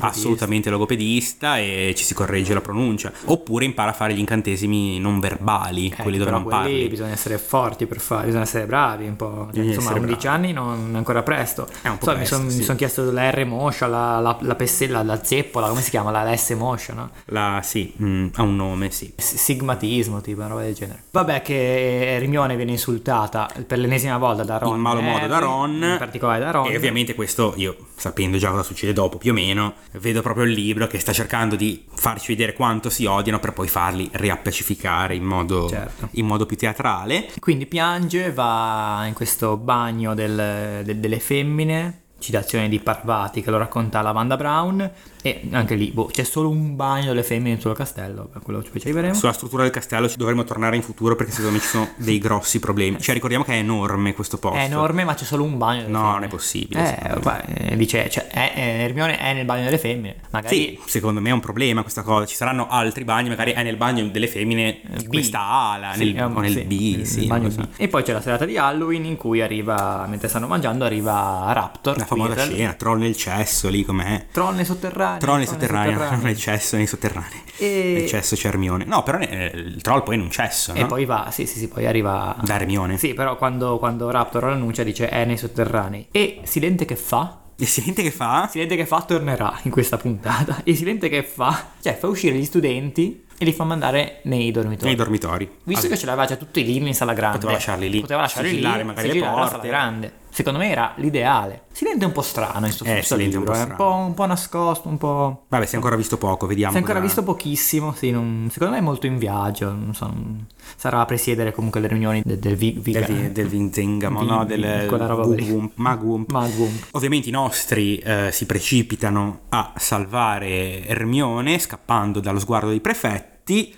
Speaker 2: Assolutamente logopedista e ci si corregge la pronuncia. Oppure impara a fare gli incantesimi non verbali,
Speaker 1: Eh,
Speaker 2: quelli dove
Speaker 1: però
Speaker 2: non parli.
Speaker 1: Bisogna essere forti per fare, bisogna essere bravi un po'. cioè,
Speaker 2: Bisogna
Speaker 1: Insomma, a
Speaker 2: essere
Speaker 1: 11 anni non è ancora presto.
Speaker 2: È un po'
Speaker 1: So,
Speaker 2: presto,
Speaker 1: mi sono
Speaker 2: sì.
Speaker 1: chiesto la R moscia, la, la, la pessella, la zeppola, come si chiama? La, la S moscia, no?
Speaker 2: La, sì, mm, ha un nome, sì.
Speaker 1: S- Sigmatismo, tipo, una roba del genere. Vabbè, che Rimione viene insultata per l'ennesima volta da Ron.
Speaker 2: in malo
Speaker 1: e
Speaker 2: modo da
Speaker 1: Harry,
Speaker 2: Ron.
Speaker 1: In particolare da Ron.
Speaker 2: E ovviamente questo io, sapendo già cosa succede dopo più o meno, vedo proprio il libro che sta cercando di farci vedere quanto si odiano per poi farli riappacificare in modo,
Speaker 1: Certo.
Speaker 2: in modo più teatrale.
Speaker 1: Quindi piange, va in questo bagno del- del- delle femmine, citazione di Parvati che lo racconta Lavanda Brown, e anche lì, boh, c'è solo un bagno delle femmine in tutto il castello, per quello ci poi ci arriveremo.
Speaker 2: Sulla struttura del castello ci dovremo tornare in futuro perché secondo me ci sono dei grossi problemi. Cioè ricordiamo che è enorme questo posto.
Speaker 1: È enorme, ma c'è solo un bagno. delle
Speaker 2: No,
Speaker 1: femmine.
Speaker 2: non è possibile,
Speaker 1: Eh,
Speaker 2: secondo
Speaker 1: va- eh, dice, cioè, è- è- Hermione è nel bagno delle femmine. Magari
Speaker 2: Sì, secondo me è un problema questa cosa. Ci saranno altri bagni, magari è nel bagno delle femmine
Speaker 1: Eh, B.
Speaker 2: questa ala,
Speaker 1: Sì,
Speaker 2: nel-
Speaker 1: è un-
Speaker 2: o nel
Speaker 1: sì,
Speaker 2: B,
Speaker 1: nel-
Speaker 2: sì,
Speaker 1: nel
Speaker 2: non
Speaker 1: bagno
Speaker 2: lo so.
Speaker 1: B. E poi c'è la serata di Halloween in cui arriva, mentre stanno mangiando, arriva Raptor.
Speaker 2: La famosa
Speaker 1: Weasel,
Speaker 2: scena, troll nel cesso lì com'è.
Speaker 1: Tronne sotterranee.
Speaker 2: Troll sotterraneo, troll [LAUGHS] nel cesso, nei sotterranei.
Speaker 1: E-
Speaker 2: Nel cesso c'è Hermione. No, però eh, il troll poi non cesso,
Speaker 1: E
Speaker 2: no?
Speaker 1: poi va, sì, sì, sì, poi arriva...
Speaker 2: Da Hermione.
Speaker 1: Sì, però quando, quando Raptor lo annuncia dice è nei sotterranei. E Silente che fa?
Speaker 2: E silente che fa?
Speaker 1: Silente che fa tornerà in questa puntata. E Silente che fa? Cioè fa uscire gli studenti e li fa mandare nei dormitori.
Speaker 2: Nei dormitori.
Speaker 1: Visto che ce l'aveva già tutti lì in sala grande.
Speaker 2: Poteva lasciarli lì,
Speaker 1: Poteva lasciarli
Speaker 2: sigillare
Speaker 1: lì,
Speaker 2: magari le
Speaker 1: sigillare la sala
Speaker 2: porte.
Speaker 1: grande. Secondo me era l'ideale. Silente è un po' strano in sto
Speaker 2: Eh,
Speaker 1: sto
Speaker 2: Silente è un
Speaker 1: libro,
Speaker 2: po'
Speaker 1: eh.
Speaker 2: strano.
Speaker 1: un po' nascosto, un po'...
Speaker 2: Vabbè, si è ancora visto poco, vediamo.
Speaker 1: Si è ancora
Speaker 2: cosa-
Speaker 1: visto pochissimo, sì, non- secondo me è molto in viaggio, non so, non- sarà a presiedere comunque le riunioni de- del vi- Viga-
Speaker 2: del, vi- del Vinzengamo,
Speaker 1: Vin-
Speaker 2: no? Del
Speaker 1: quella roba lì.
Speaker 2: Gugum- Magwump.
Speaker 1: Magwump.
Speaker 2: Ovviamente i nostri eh, si precipitano a salvare Hermione scappando dallo sguardo dei prefetti.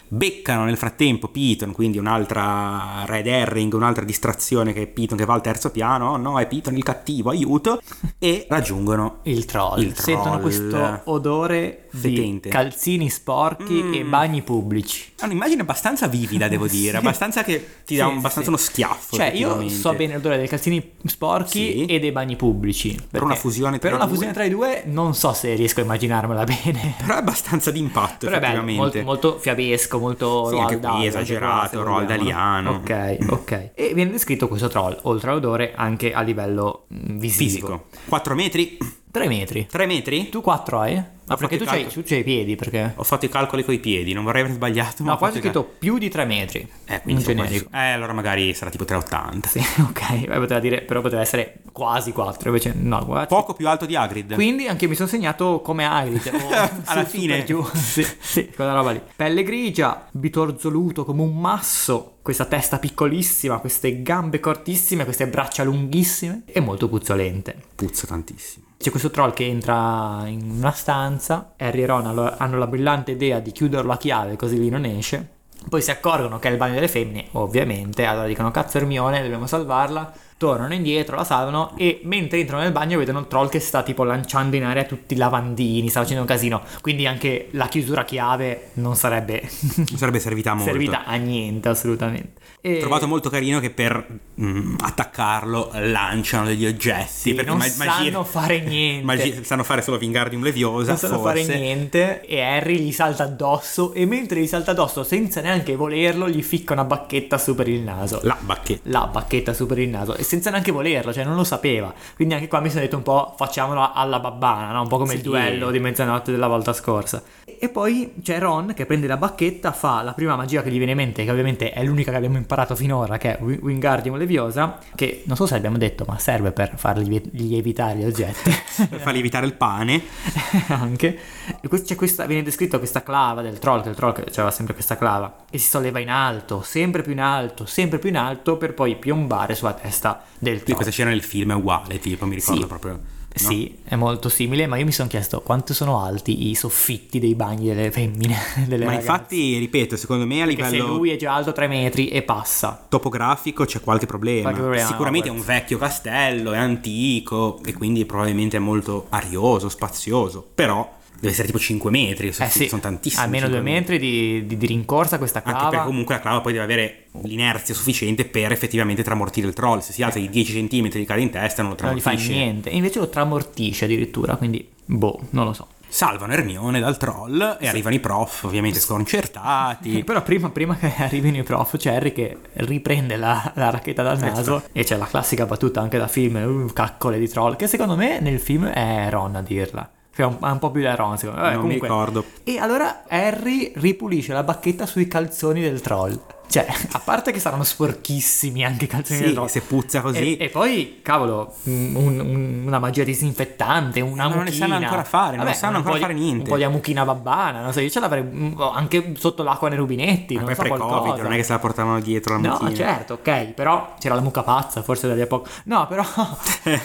Speaker 2: Beccano nel frattempo Piton, quindi un'altra Red Herring, un'altra distrazione che è Piton che va al terzo piano. Oh no, è Piton il cattivo, aiuto!
Speaker 1: [LAUGHS]
Speaker 2: E raggiungono
Speaker 1: Il troll.
Speaker 2: Il
Speaker 1: Sentono
Speaker 2: troll.
Speaker 1: questo odore
Speaker 2: Fetente.
Speaker 1: di calzini sporchi e bagni pubblici.
Speaker 2: È un'immagine abbastanza
Speaker 1: [LAUGHS]
Speaker 2: vivida, devo dire, abbastanza che ti dà
Speaker 1: Sì,
Speaker 2: un-
Speaker 1: sì,
Speaker 2: abbastanza
Speaker 1: sì.
Speaker 2: uno schiaffo.
Speaker 1: Cioè, io
Speaker 2: effettivamente.
Speaker 1: so bene l'odore dei calzini sporchi
Speaker 2: Sì.
Speaker 1: e dei bagni pubblici. perché
Speaker 2: una fusione tra
Speaker 1: per una
Speaker 2: i due.
Speaker 1: fusione tra i due non so se riesco a immaginarmela bene.
Speaker 2: Però è abbastanza d'impatto,
Speaker 1: Però è bello,
Speaker 2: effettivamente.
Speaker 1: molto, molto strabesco, molto
Speaker 2: Sì, anche
Speaker 1: Roald Dahl,
Speaker 2: qui
Speaker 1: se
Speaker 2: esagerato,
Speaker 1: vogliamo,
Speaker 2: Roald
Speaker 1: no?
Speaker 2: Dahliano.
Speaker 1: Ok, ok. E viene descritto questo troll, oltre all'odore, anche a livello mm, visivo.
Speaker 2: Fisico. 4 metri?
Speaker 1: 3 metri.
Speaker 2: 3 metri?
Speaker 1: Tu 4 hai? Ma
Speaker 2: Ho
Speaker 1: perché
Speaker 2: fatto
Speaker 1: tu
Speaker 2: il
Speaker 1: c'hai,
Speaker 2: calcolo.
Speaker 1: tu c'hai i piedi, perché...
Speaker 2: Ho fatto i calcoli coi piedi, non vorrei aver sbagliato. ma
Speaker 1: No,
Speaker 2: ho
Speaker 1: qua c'è
Speaker 2: fatto i
Speaker 1: scritto più di 3 metri.
Speaker 2: cal- Eh,
Speaker 1: in
Speaker 2: quindi sono quasi-
Speaker 1: generico.
Speaker 2: Eh, allora magari sarà tipo 3,80.
Speaker 1: [LAUGHS] Sì, ok, Beh, poteva dire, però poteva essere quasi 4, invece no, guarda.
Speaker 2: Poco più alto di Hagrid.
Speaker 1: Quindi anche io mi sono segnato come cioè,
Speaker 2: [LAUGHS]
Speaker 1: Hagrid o
Speaker 2: Alla
Speaker 1: su-
Speaker 2: fine.
Speaker 1: super giù. [LAUGHS] sì, sì, quella roba lì. Pelle grigia, bitorzoluto come un masso, questa testa piccolissima, queste gambe cortissime, queste braccia lunghissime e molto puzzolente.
Speaker 2: Puzza tantissimo.
Speaker 1: C'è questo troll che entra in una stanza, Harry e Ron allo- hanno la brillante idea di chiuderlo a chiave così lui non esce. Poi si accorgono che è il bagno delle femmine, ovviamente, allora dicono cazzo Hermione, dobbiamo salvarla. Tornano indietro, la salvano e mentre entrano nel bagno vedono il troll che sta tipo lanciando in aria tutti i lavandini, sta facendo un casino. Quindi anche la chiusura a chiave non sarebbe [LAUGHS]
Speaker 2: Mi sarebbe servita molto.
Speaker 1: servita a niente assolutamente. E...
Speaker 2: Ho trovato molto carino che per mm, attaccarlo lanciano degli oggetti. perché
Speaker 1: non
Speaker 2: ma- magie-
Speaker 1: sanno fare niente.
Speaker 2: magie- sanno fare solo Wingardium Leviosa,
Speaker 1: non sanno fare
Speaker 2: Esatto, forse.
Speaker 1: niente e Harry gli salta addosso e mentre gli salta addosso senza neanche volerlo gli ficca una bacchetta su per il naso.
Speaker 2: La bacchetta.
Speaker 1: La bacchetta su per il naso e senza neanche volerlo, cioè non lo sapeva. Quindi anche qua mi sono detto un po' facciamolo alla babbana, no? un po' come il
Speaker 2: Sì.
Speaker 1: duello di mezzanotte della volta scorsa. E poi c'è Ron che prende la bacchetta, fa la prima magia che gli viene in mente, che ovviamente è l'unica che abbiamo imparato finora, che è Wi- Wingardium Leviosa, che non so se abbiamo detto, ma serve per fargli vie- lievitare gli
Speaker 2: [LAUGHS]
Speaker 1: oggetti.
Speaker 2: Per fargli evitare il pane.
Speaker 1: [LAUGHS] anche E questo- c'è questa, viene descritta questa clava del troll che il troll che aveva sempre questa clava che si solleva in alto sempre più in alto sempre più in alto per poi piombare sulla testa del
Speaker 2: Sì,
Speaker 1: troll
Speaker 2: questa scena nel film è uguale, tipo, mi ricordo
Speaker 1: Sì.
Speaker 2: proprio. no?
Speaker 1: sì è molto simile ma io mi sono chiesto quanto sono alti i soffitti dei bagni delle femmine [LAUGHS] delle
Speaker 2: Ma
Speaker 1: ragazze.
Speaker 2: infatti, ripeto, secondo me a
Speaker 1: Perché se
Speaker 2: livello
Speaker 1: lui è già alto 3 metri e passa
Speaker 2: topografico c'è qualche problema.
Speaker 1: Qualche problema,
Speaker 2: Sicuramente è
Speaker 1: guarda.
Speaker 2: un vecchio castello, è antico e quindi probabilmente è molto arioso, spazioso, però deve essere tipo 5 metri,
Speaker 1: eh sì,
Speaker 2: sono tantissimi.
Speaker 1: almeno 2
Speaker 2: 5
Speaker 1: metri di, di- di rincorsa questa
Speaker 2: Anche
Speaker 1: clava
Speaker 2: perché comunque la clava poi deve avere l'inerzia sufficiente per effettivamente tramortire il troll. Se si alza di 10 cm di cade in testa non lo
Speaker 1: non gli fa
Speaker 2: tramortisce.
Speaker 1: niente e invece lo tramortisce addirittura quindi boh non lo so
Speaker 2: Salvano Ermione dal troll e arrivano i prof, ovviamente
Speaker 1: [LAUGHS]
Speaker 2: sconcertati.
Speaker 1: Però prima, prima che arrivino i prof c'è Harry che riprende la, la racchetta dal
Speaker 2: Esatto.
Speaker 1: naso e c'è la classica battuta anche da film, "Uh, caccole di troll, che secondo me nel film è Ron a dirla. Cioè, un, un po' più da Ron, secondo me. Vabbè,
Speaker 2: Non mi
Speaker 1: comunque.
Speaker 2: ricordo.
Speaker 1: E allora Harry ripulisce la bacchetta sui calzoni del troll. Cioè, a parte che saranno sporchissimi anche i calzoni
Speaker 2: Sì,
Speaker 1: del troll.
Speaker 2: se puzza così.
Speaker 1: E, e poi, cavolo, un- un- una magia disinfettante, una
Speaker 2: Ma non ne
Speaker 1: mucchina.
Speaker 2: sanno ancora fare, non sanno
Speaker 1: un
Speaker 2: ancora
Speaker 1: po' di-
Speaker 2: fare niente.
Speaker 1: Un po' di amuchina babbana, non so, io ce l'avrei mm, anche sotto l'acqua nei rubinetti, non
Speaker 2: Poi
Speaker 1: so
Speaker 2: pre-covid,
Speaker 1: qualcosa.
Speaker 2: non è che se la portavano dietro la
Speaker 1: No,
Speaker 2: mucchina.
Speaker 1: certo, ok, però c'era la mucca pazza, forse da lì a poco. No,
Speaker 2: [LAUGHS]
Speaker 1: però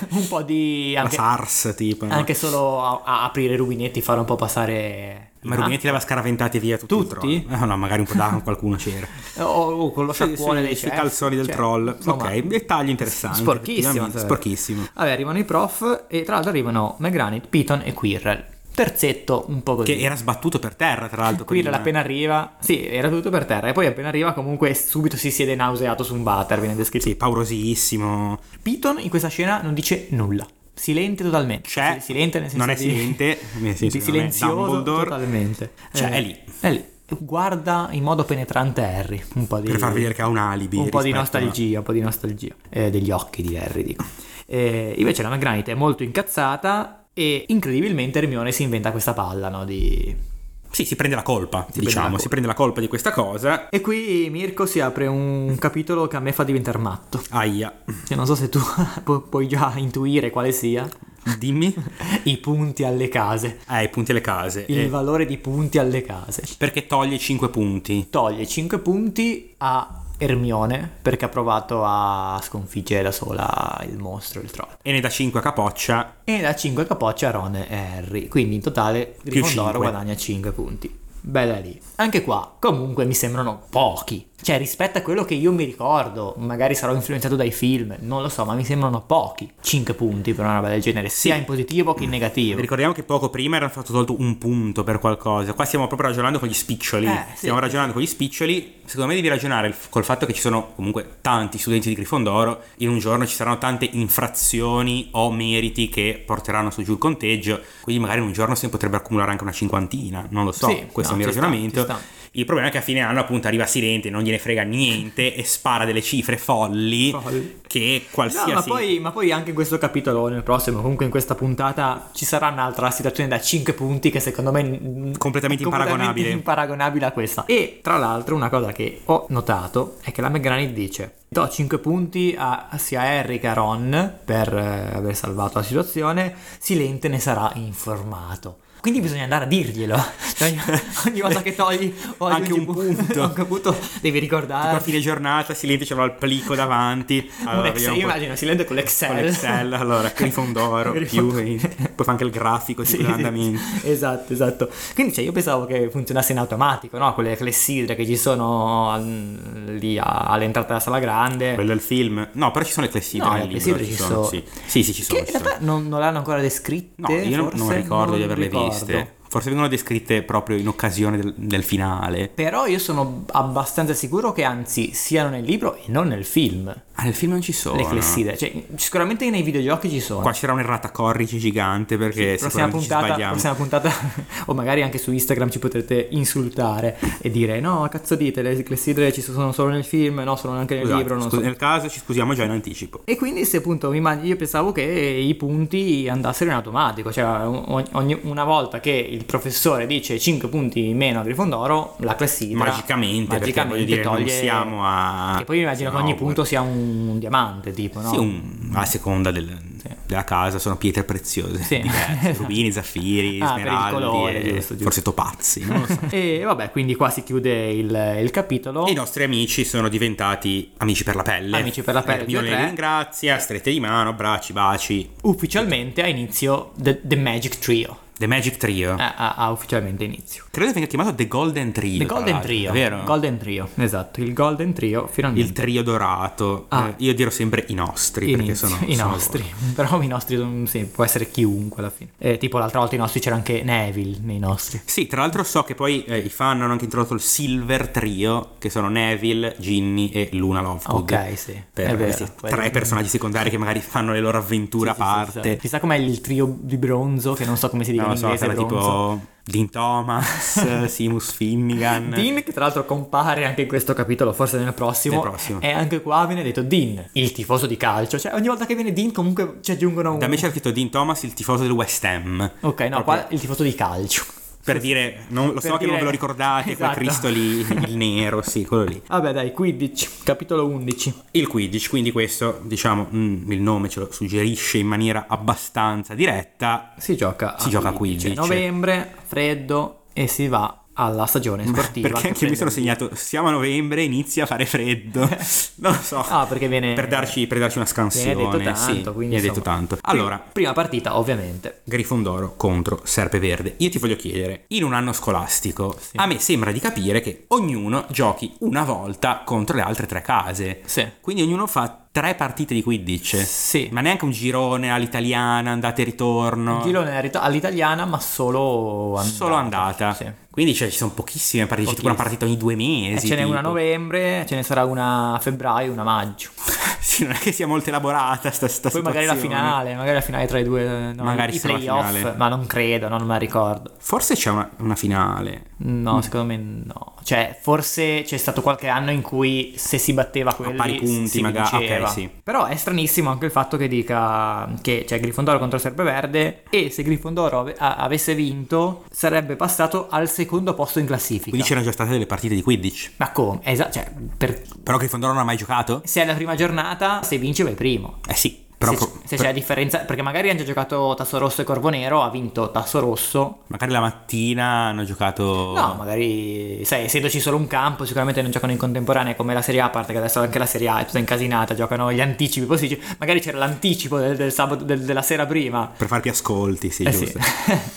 Speaker 1: un po' di...
Speaker 2: La
Speaker 1: Anche,
Speaker 2: SARS, tipo. no?
Speaker 1: anche solo a, a aprire i rubinetti, fare un po' passare...
Speaker 2: Ma Rubinetti l'aveva scaraventati via tutti, i
Speaker 1: Tutti?
Speaker 2: troll. Eh, No, no, magari un
Speaker 1: [LAUGHS]
Speaker 2: po' da qualcuno c'era.
Speaker 1: O, Ah, o con lo
Speaker 2: Sui,
Speaker 1: sciacquone
Speaker 2: sui-
Speaker 1: dei
Speaker 2: sui
Speaker 1: chef,
Speaker 2: calzoni del
Speaker 1: cioè,
Speaker 2: troll.
Speaker 1: insomma,
Speaker 2: ok, dettagli interessanti.
Speaker 1: sporchissimo. cioè.
Speaker 2: effettivamente, Sporchissimo.
Speaker 1: Vabbè, arrivano i prof e tra l'altro arrivano McGranit, Piton e Quirrell. Terzetto un po' così.
Speaker 2: Che era sbattuto per terra, tra l'altro.
Speaker 1: Quirrell
Speaker 2: prima.
Speaker 1: appena arriva, sì, era tutto per terra e poi appena arriva comunque subito si siede nauseato su un water, viene descritto.
Speaker 2: Sì, paurosissimo.
Speaker 1: Piton in questa scena non dice nulla. Silente totalmente.
Speaker 2: C'è.
Speaker 1: Sì, silente nel senso
Speaker 2: Cioè, Non è
Speaker 1: di-
Speaker 2: silente. nel senso
Speaker 1: di
Speaker 2: che non è
Speaker 1: silenzioso
Speaker 2: Dumbledore.
Speaker 1: totalmente.
Speaker 2: Cioè,
Speaker 1: Eh,
Speaker 2: è lì.
Speaker 1: È lì. Guarda in modo penetrante Harry, un po' di
Speaker 2: Per far vedere che ha un alibi.
Speaker 1: un po' di
Speaker 2: rispetto a-
Speaker 1: nostalgia, un po' di nostalgia Eh, degli occhi di Harry, dico. Eh, invece la McGranite è molto incazzata e incredibilmente Hermione si inventa questa palla, no, di
Speaker 2: Sì, si prende la colpa,
Speaker 1: la
Speaker 2: diciamo.
Speaker 1: colpa.
Speaker 2: Si prende la colpa di questa cosa.
Speaker 1: E qui Mirko si apre un capitolo che a me fa diventare matto. [LAUGHS]
Speaker 2: Aia.
Speaker 1: Che non so se tu pu- puoi già intuire quale sia.
Speaker 2: Dimmi.
Speaker 1: I punti alle case.
Speaker 2: Eh, i punti alle case.
Speaker 1: Il
Speaker 2: Eh,
Speaker 1: valore di punti alle case.
Speaker 2: perché toglie 5 punti.
Speaker 1: Toglie 5 punti a Ermione perché ha provato a sconfiggere da sola il mostro, il troll.
Speaker 2: E ne dà 5 a capoccia.
Speaker 1: E da 5 capoccia a Ron e Harry. Quindi in totale Grifondoro
Speaker 2: cinque.
Speaker 1: guadagna 5 punti. Bella lì. Anche qua, comunque, mi sembrano pochi. Cioè, rispetto a quello che io mi ricordo, magari sarò influenzato dai film, non lo so, ma mi sembrano pochi 5 punti per una roba del genere, sia in positivo che in negativo.
Speaker 2: Ricordiamo che poco prima era stato tolto un punto per qualcosa. Qua stiamo proprio ragionando con gli spiccioli.
Speaker 1: Eh, sì.
Speaker 2: Stiamo ragionando con gli spiccioli. Secondo me devi ragionare il- col fatto che ci sono comunque tanti studenti di Grifondoro. In un giorno ci saranno tante infrazioni o meriti che porteranno su giù il conteggio. Quindi magari in un giorno si potrebbe accumulare anche una cinquantina. Non lo so.
Speaker 1: Sì,
Speaker 2: questo
Speaker 1: no,
Speaker 2: è
Speaker 1: ci
Speaker 2: il mio
Speaker 1: sta,
Speaker 2: ragionamento.
Speaker 1: ci sta.
Speaker 2: Il problema è che a fine anno appunto arriva Silente, non gliene frega niente e spara delle cifre folli,
Speaker 1: Folli.
Speaker 2: che
Speaker 1: No,
Speaker 2: qualsiasi...
Speaker 1: ma, poi, ma poi anche in questo capitolo, nel prossimo, comunque in questa puntata, ci sarà un'altra situazione da 5 punti che secondo me mm,
Speaker 2: Completamente
Speaker 1: è
Speaker 2: imparagonabile.
Speaker 1: imparagonabile a questa. E tra l'altro una cosa che ho notato è che la McGranit dice do 5 punti a sia Harry che a Ron per eh, aver salvato la situazione, Silente ne sarà informato. Quindi bisogna andare a dirglielo. [LAUGHS] Cioè, ogni- ogni volta che togli o
Speaker 2: Anche
Speaker 1: aggiungi
Speaker 2: un
Speaker 1: pu- [LAUGHS]
Speaker 2: punto.
Speaker 1: anche un punto devi
Speaker 2: Tipo a
Speaker 1: ricordare.
Speaker 2: fine giornata, Silente c'aveva il plico davanti.
Speaker 1: [LAUGHS]
Speaker 2: Allora,
Speaker 1: Un Excel,
Speaker 2: vediamo un po'.
Speaker 1: immagino, Silente con l'Excel.
Speaker 2: Con
Speaker 1: [LAUGHS]
Speaker 2: l'Excel, allora, Grifondoro, più,
Speaker 1: Grifondoro. [LAUGHS]
Speaker 2: [LAUGHS] e- poi fa anche il grafico di
Speaker 1: Sì, [LAUGHS]
Speaker 2: quell'andamento.
Speaker 1: sì, esatto, esatto. Quindi cioè, io pensavo che funzionasse in automatico, no? Quelle clessidre che ci sono al- lì a- all'entrata della sala grande.
Speaker 2: Quello è il film. No, però ci sono le clessidre
Speaker 1: No,
Speaker 2: nel
Speaker 1: le
Speaker 2: libro,
Speaker 1: clessidre ci sono.
Speaker 2: Sì, sì, sì, ci
Speaker 1: che
Speaker 2: sono.
Speaker 1: in
Speaker 2: ci sono.
Speaker 1: realtà non, non l'hanno ancora descritte.
Speaker 2: No, io non- non
Speaker 1: forse?
Speaker 2: ricordo di
Speaker 1: Non
Speaker 2: averle
Speaker 1: ricordo.
Speaker 2: viste. Forse vengono descritte proprio in occasione del, del finale.
Speaker 1: Però io sono abbastanza sicuro che anzi siano nel libro e non nel film
Speaker 2: Ah, nel film non ci sono.
Speaker 1: le clessidre. Cioè, sicuramente nei videogiochi ci sono.
Speaker 2: Qua c'era un'errata corrice gigante perché
Speaker 1: prossima
Speaker 2: sicuramente ci
Speaker 1: puntata,
Speaker 2: sbagliamo.
Speaker 1: prossima puntata [LAUGHS] o magari anche su Instagram ci potrete insultare e dire no cazzo dite le clessidre ci sono solo nel film no sono anche nel
Speaker 2: Scusate,
Speaker 1: libro non
Speaker 2: Esatto, scu-
Speaker 1: so.
Speaker 2: Nel caso ci scusiamo già in anticipo.
Speaker 1: e quindi se appunto mi immag- io pensavo che i punti andassero in automatico cioè o- ogni- una volta che il professore dice 5 punti in meno a Grifondoro la clessidra
Speaker 2: Magicamente, perché voglio dire, non siamo a...
Speaker 1: e poi io immagino che
Speaker 2: no,
Speaker 1: ogni punto sia un diamante tipo no?
Speaker 2: Sì, un- a seconda del- della casa sono pietre preziose,
Speaker 1: Sì. [LAUGHS]
Speaker 2: diverse, rubini, zaffiri,
Speaker 1: Ah, per il
Speaker 2: smeraldi,
Speaker 1: colore,
Speaker 2: e
Speaker 1: giusto, giusto.
Speaker 2: forse topazzi. non lo so.
Speaker 1: [LAUGHS] e vabbè quindi qua si chiude il, il capitolo
Speaker 2: I nostri amici sono diventati amici per la pelle.
Speaker 1: Amici per la pelle,
Speaker 2: Hermione
Speaker 1: due o
Speaker 2: li
Speaker 1: tre.
Speaker 2: ringrazia, strette di mano, abbracci, baci.
Speaker 1: ufficialmente a inizio The, The Magic Trio.
Speaker 2: The Magic Trio.
Speaker 1: Ha, ha- ha ufficialmente inizio.
Speaker 2: Credo venga chiamato The Golden Trio.
Speaker 1: Eh. The
Speaker 2: tra
Speaker 1: Golden
Speaker 2: l'altro,
Speaker 1: Trio.
Speaker 2: è vero?
Speaker 1: Golden Trio, esatto. Il Golden Trio finalmente.
Speaker 2: Il trio dorato.
Speaker 1: Ah.
Speaker 2: Eh, Io dirò sempre i nostri, perché
Speaker 1: Inizio.
Speaker 2: sono
Speaker 1: I
Speaker 2: sono
Speaker 1: nostri, [LAUGHS]
Speaker 2: loro.
Speaker 1: però i nostri sono- sì, può essere chiunque alla fine. Eh, tipo l'altra volta i nostri c'era anche Neville nei nostri.
Speaker 2: Sì, tra l'altro so che poi eh, i fan hanno anche introdotto il Silver Trio, che sono Neville, Ginny e Luna Lovegood.
Speaker 1: Ok, sì.
Speaker 2: per
Speaker 1: è vero.
Speaker 2: questi
Speaker 1: quello.
Speaker 2: tre personaggi secondari che magari fanno le loro avventure a
Speaker 1: Sì, sì, sì,
Speaker 2: parte.
Speaker 1: sì. Chissà com'è il trio di bronzo, che non so come si dica
Speaker 2: Non lo
Speaker 1: in
Speaker 2: so,
Speaker 1: inglese.
Speaker 2: sarà
Speaker 1: bronzo.
Speaker 2: tipo Dean
Speaker 1: [LAUGHS]
Speaker 2: Thomas, Simus Finnegan.
Speaker 1: Dean, che tra l'altro compare anche in questo capitolo, forse nel prossimo,
Speaker 2: Nel prossimo.
Speaker 1: e anche qua viene detto Dean, il tifoso di calcio. Cioè, ogni volta che viene Dean, comunque ci aggiungono un.
Speaker 2: Da me c'è scritto Dean Thomas, il tifoso del West Ham.
Speaker 1: Ok, no, qua il tifoso di calcio.
Speaker 2: Per dire, non- lo
Speaker 1: Per
Speaker 2: so che non
Speaker 1: dire-
Speaker 2: ve lo ricordate, quel
Speaker 1: Esatto.
Speaker 2: Cristo lì, il nero, sì, quello lì.
Speaker 1: Vabbè, dai, 15, capitolo 11.
Speaker 2: Il Quidditch, quindi questo, diciamo, mm, il nome ce lo suggerisce in maniera abbastanza diretta.
Speaker 1: Si gioca
Speaker 2: Si gioca a 15.
Speaker 1: novembre, freddo e si va alla stagione sportiva.
Speaker 2: [LAUGHS] Perché
Speaker 1: che
Speaker 2: anche mi
Speaker 1: prende-
Speaker 2: sono segnato, siamo a novembre, inizia a fare freddo. [LAUGHS] non lo so.
Speaker 1: Eh. Ah, perché viene
Speaker 2: per darci, per darci una scansione.
Speaker 1: viene detto tanto,
Speaker 2: sì,
Speaker 1: quindi
Speaker 2: viene detto
Speaker 1: insomma.
Speaker 2: tanto. Allora,
Speaker 1: prima partita, ovviamente.
Speaker 2: Grifondoro contro Serpeverde. Io ti voglio chiedere, in un anno scolastico, a me sembra di capire che ognuno giochi una volta contro le altre tre case.
Speaker 1: Sì.
Speaker 2: Quindi ognuno fa tre partite di Quidditch.
Speaker 1: Sì.
Speaker 2: Ma neanche un girone all'italiana, andata e ritorno.
Speaker 1: Giro nella rit- all'italiana, ma solo andata.
Speaker 2: Solo andata.
Speaker 1: Sì.
Speaker 2: Quindi cioè, ci sono pochissime partite, c'è tipo una partita ogni due
Speaker 1: E
Speaker 2: mesi.
Speaker 1: ce n'è
Speaker 2: tipo.
Speaker 1: una a novembre, ce ne sarà una a febbraio, una a maggio.
Speaker 2: [LAUGHS] Sì, non è che sia molto elaborata sta, sta
Speaker 1: Poi magari la
Speaker 2: situazione.
Speaker 1: finale, magari la finale tra i due, no,
Speaker 2: Magari
Speaker 1: i
Speaker 2: sarà la finale.
Speaker 1: playoff, ma non credo, no, non me la ricordo.
Speaker 2: Forse c'è una, una finale.
Speaker 1: No, secondo me no. Cioè, forse c'è stato qualche anno in cui se si batteva quelli
Speaker 2: pari punti,
Speaker 1: si
Speaker 2: magari.
Speaker 1: vinceva.
Speaker 2: Ok, sì.
Speaker 1: Però è stranissimo anche il fatto che dica che c'è Grifondoro contro Serpeverde e se Grifondoro ave- a- avesse vinto sarebbe passato al secondo posto in classifica.
Speaker 2: Quindi c'erano già state delle partite di Quidditch.
Speaker 1: Ma come? Esatto, cioè, per-
Speaker 2: Però Grifondoro non ha mai giocato?
Speaker 1: se è la prima giornata, se vince vai primo.
Speaker 2: Eh sì. Però
Speaker 1: Eh se, se c'è la differenza, perché magari hanno già giocato Tasso Rosso e Corvo Nero, ha vinto Tasso Rosso.
Speaker 2: Magari la mattina hanno giocato.
Speaker 1: No, magari, sai, essendoci solo un campo, sicuramente non giocano in contemporanea come la Serie A, a parte che adesso anche la Serie A è tutta incasinata, giocano gli anticipi posticipati. Magari c'era l'anticipo del, del sabato, del- della sera prima.
Speaker 2: Per farti ascolti, sì,
Speaker 1: Eh sì, [LAUGHS]
Speaker 2: giusto.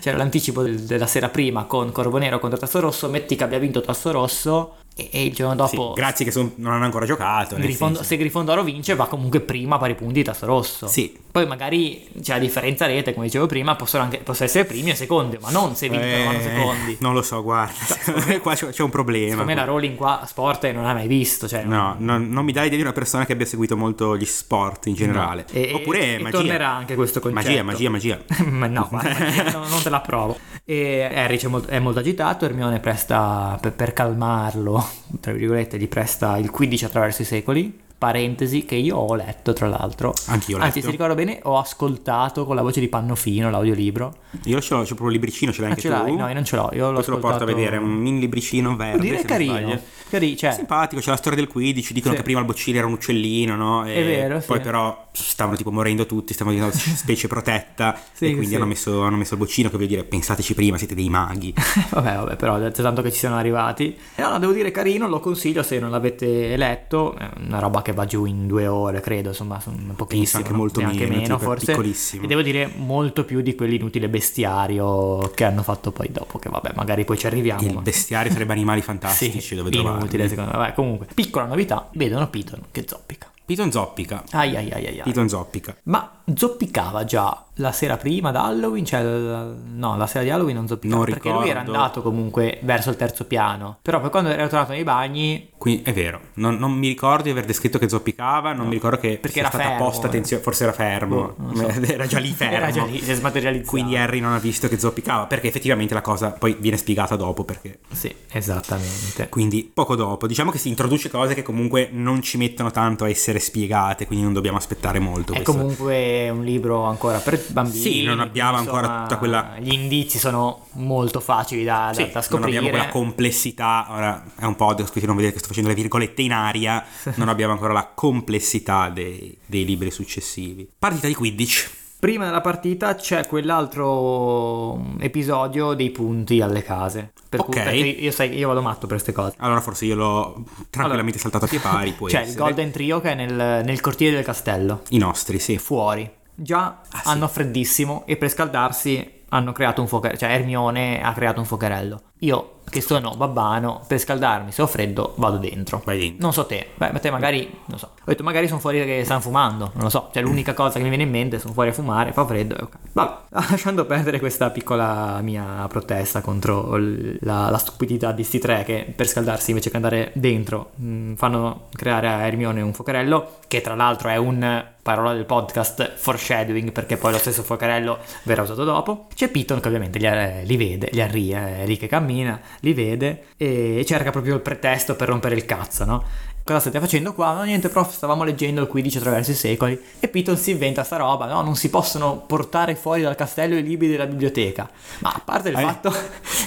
Speaker 1: c'era l'anticipo del- della sera prima con Corvo Nero contro Tasso Rosso, metti che abbia vinto Tasso Rosso E, e il giorno
Speaker 2: Sì,
Speaker 1: dopo,
Speaker 2: grazie che son- non hanno ancora giocato. nel
Speaker 1: Grifond-
Speaker 2: senso.
Speaker 1: se Grifondoro vince, va comunque prima a pari punti di tasso rosso.
Speaker 2: Sì.
Speaker 1: Poi magari c'è la differenza rete, come dicevo prima, possono, anche, possono essere primi e secondi, ma non se vincono vanno
Speaker 2: Eh,
Speaker 1: secondi.
Speaker 2: Non lo so, guarda. [LAUGHS] Qua c'è, c'è un problema.
Speaker 1: Come la Rowling qua a sport non l'ha mai visto. Cioè,
Speaker 2: No, non, non mi dai l'idea di una persona che abbia seguito molto gli sport in generale.
Speaker 1: E-
Speaker 2: Oppure
Speaker 1: e
Speaker 2: magia.
Speaker 1: tornerà anche questo concetto.
Speaker 2: Magia, magia, magia.
Speaker 1: [LAUGHS] Ma
Speaker 2: [LAUGHS]
Speaker 1: no, guarda, no, non te la provo. E Harry c'è mol- è molto agitato, Hermione presta, per, per calmarlo, tra virgolette, gli presta il 15 attraverso i secoli. Parentesi che io ho letto, tra l'altro.
Speaker 2: Anch'io Ah, ho
Speaker 1: Anzi,
Speaker 2: letto.
Speaker 1: se ricordo bene, ho ascoltato con la voce di Pannofino l'audiolibro.
Speaker 2: Io ce l'ho, c'ho proprio il libricino, ce l'hai
Speaker 1: Ah,
Speaker 2: anche
Speaker 1: ce
Speaker 2: tu.
Speaker 1: l'hai? No, io non ce l'ho. Io l'ho
Speaker 2: Poi te lo porto a
Speaker 1: ascoltato-
Speaker 2: vedere, è un mini libricino verde.
Speaker 1: Direi
Speaker 2: se Eh, non
Speaker 1: carino.
Speaker 2: sbaglio.
Speaker 1: Cari- cioè,
Speaker 2: Simpatico, c'è la storia del 15, dicono
Speaker 1: Sì.
Speaker 2: che prima il Boccini era un uccellino, no? E
Speaker 1: È vero,
Speaker 2: Poi
Speaker 1: sì.
Speaker 2: però stavano tipo morendo tutti, stavano diventando
Speaker 1: [LAUGHS]
Speaker 2: specie protetta
Speaker 1: Sì,
Speaker 2: e quindi
Speaker 1: sì.
Speaker 2: hanno, messo, hanno messo il boccino che vuol dire pensateci prima, siete dei maghi.
Speaker 1: Vabbè, vabbè, però adesso tanto che ci siano arrivati. E allora devo dire carino, lo consiglio se non l'avete letto. È una roba che va giù in due ore, credo, insomma, sono pochissimo.
Speaker 2: anche molto
Speaker 1: neanche
Speaker 2: meno, tipo, è
Speaker 1: forse.
Speaker 2: piccolissimo.
Speaker 1: E devo dire molto più di quell'inutile bestiario che hanno fatto poi dopo, che vabbè, magari poi ci arriviamo.
Speaker 2: Il
Speaker 1: ma-
Speaker 2: bestiario sarebbe animali
Speaker 1: sì,
Speaker 2: fantastici, dove
Speaker 1: inutile
Speaker 2: trovarli.
Speaker 1: secondo me. Vabbè, comunque, piccola novità, vedono Piton che zoppica.
Speaker 2: Piton zoppica.
Speaker 1: Ai ai ai ai. ai.
Speaker 2: Piton zoppica.
Speaker 1: Ma zoppicava già la sera prima da Halloween, cioè l- no, la sera di Halloween non zoppicava
Speaker 2: Non
Speaker 1: perché lui era
Speaker 2: ricordo.
Speaker 1: andato comunque verso il terzo piano, però poi quando era tornato nei bagni
Speaker 2: Qui è vero, non, non mi ricordo di aver descritto che zoppicava, non mi ricordo che
Speaker 1: Perché
Speaker 2: sia
Speaker 1: era
Speaker 2: stata
Speaker 1: fermo,
Speaker 2: apposta
Speaker 1: eh.
Speaker 2: attenzione, forse era fermo,
Speaker 1: Boh, non lo so.
Speaker 2: [LAUGHS] era già lì
Speaker 1: [LAUGHS]
Speaker 2: fermo.
Speaker 1: era già lì, si è smaterializzato.
Speaker 2: Quindi Harry non ha visto che zoppicava, perché effettivamente la cosa poi viene spiegata dopo, perché
Speaker 1: Sì, esattamente.
Speaker 2: quindi poco dopo, diciamo che si introduce cose che comunque non ci mettono tanto a essere spiegate, quindi non dobbiamo aspettare molto.
Speaker 1: È
Speaker 2: questo.
Speaker 1: comunque un libro ancora per bambini.
Speaker 2: Sì, non abbiamo
Speaker 1: quindi,
Speaker 2: ancora
Speaker 1: insomma,
Speaker 2: tutta quella-
Speaker 1: Gli indizi sono molto facili da, da-
Speaker 2: Sì,
Speaker 1: da
Speaker 2: non
Speaker 1: scoprire.
Speaker 2: abbiamo quella complessità, ora è un podcast quindi non vedete che sto facendo le virgolette
Speaker 1: [LAUGHS]
Speaker 2: in aria, non abbiamo ancora la complessità dei, dei libri successivi. Partita di Quidditch.
Speaker 1: Prima della partita c'è quell'altro mm, episodio dei punti alle case. Per cui-
Speaker 2: Ok.
Speaker 1: perché io, sai, io vado matto per queste cose.
Speaker 2: Allora forse io l'ho tranquillamente saltato a pie pari, [LAUGHS] poi
Speaker 1: C'è il Golden Trio che è nel, nel cortile del castello,
Speaker 2: I nostri, sì.
Speaker 1: fuori. Già
Speaker 2: Ah, sì.
Speaker 1: hanno freddissimo e per scaldarsi hanno creato un fuocherello, cioè Hermione ha creato un fuocherello. Io, che sono babbano, per scaldarmi, se ho freddo, vado dentro.
Speaker 2: Vai dentro.
Speaker 1: Non so te, beh, ma te magari, non so. Ho detto magari sono fuori che stanno fumando, non lo so. Cioè l'unica cosa che mi viene in mente, sono fuori a fumare, fa freddo e ok. Vabbè, [LAUGHS] lasciando perdere questa piccola mia protesta contro l- la, la stupidità di sti tre che per scaldarsi invece che andare dentro mh, fanno creare a Hermione un focarello, che tra l'altro è un parola del podcast foreshadowing perché poi lo stesso focarello verrà usato dopo. C'è Piton che ovviamente li, li vede, li arria, è lì che cammina, li vede e cerca proprio il pretesto per rompere il cazzo, no? Cosa state facendo qua? No, niente, prof, stavamo leggendo il 15 attraverso i secoli. E Piton si inventa sta roba, no? Non si possono portare fuori dal castello i libri della biblioteca. Ma a parte il
Speaker 2: Eh.
Speaker 1: fatto. [LAUGHS]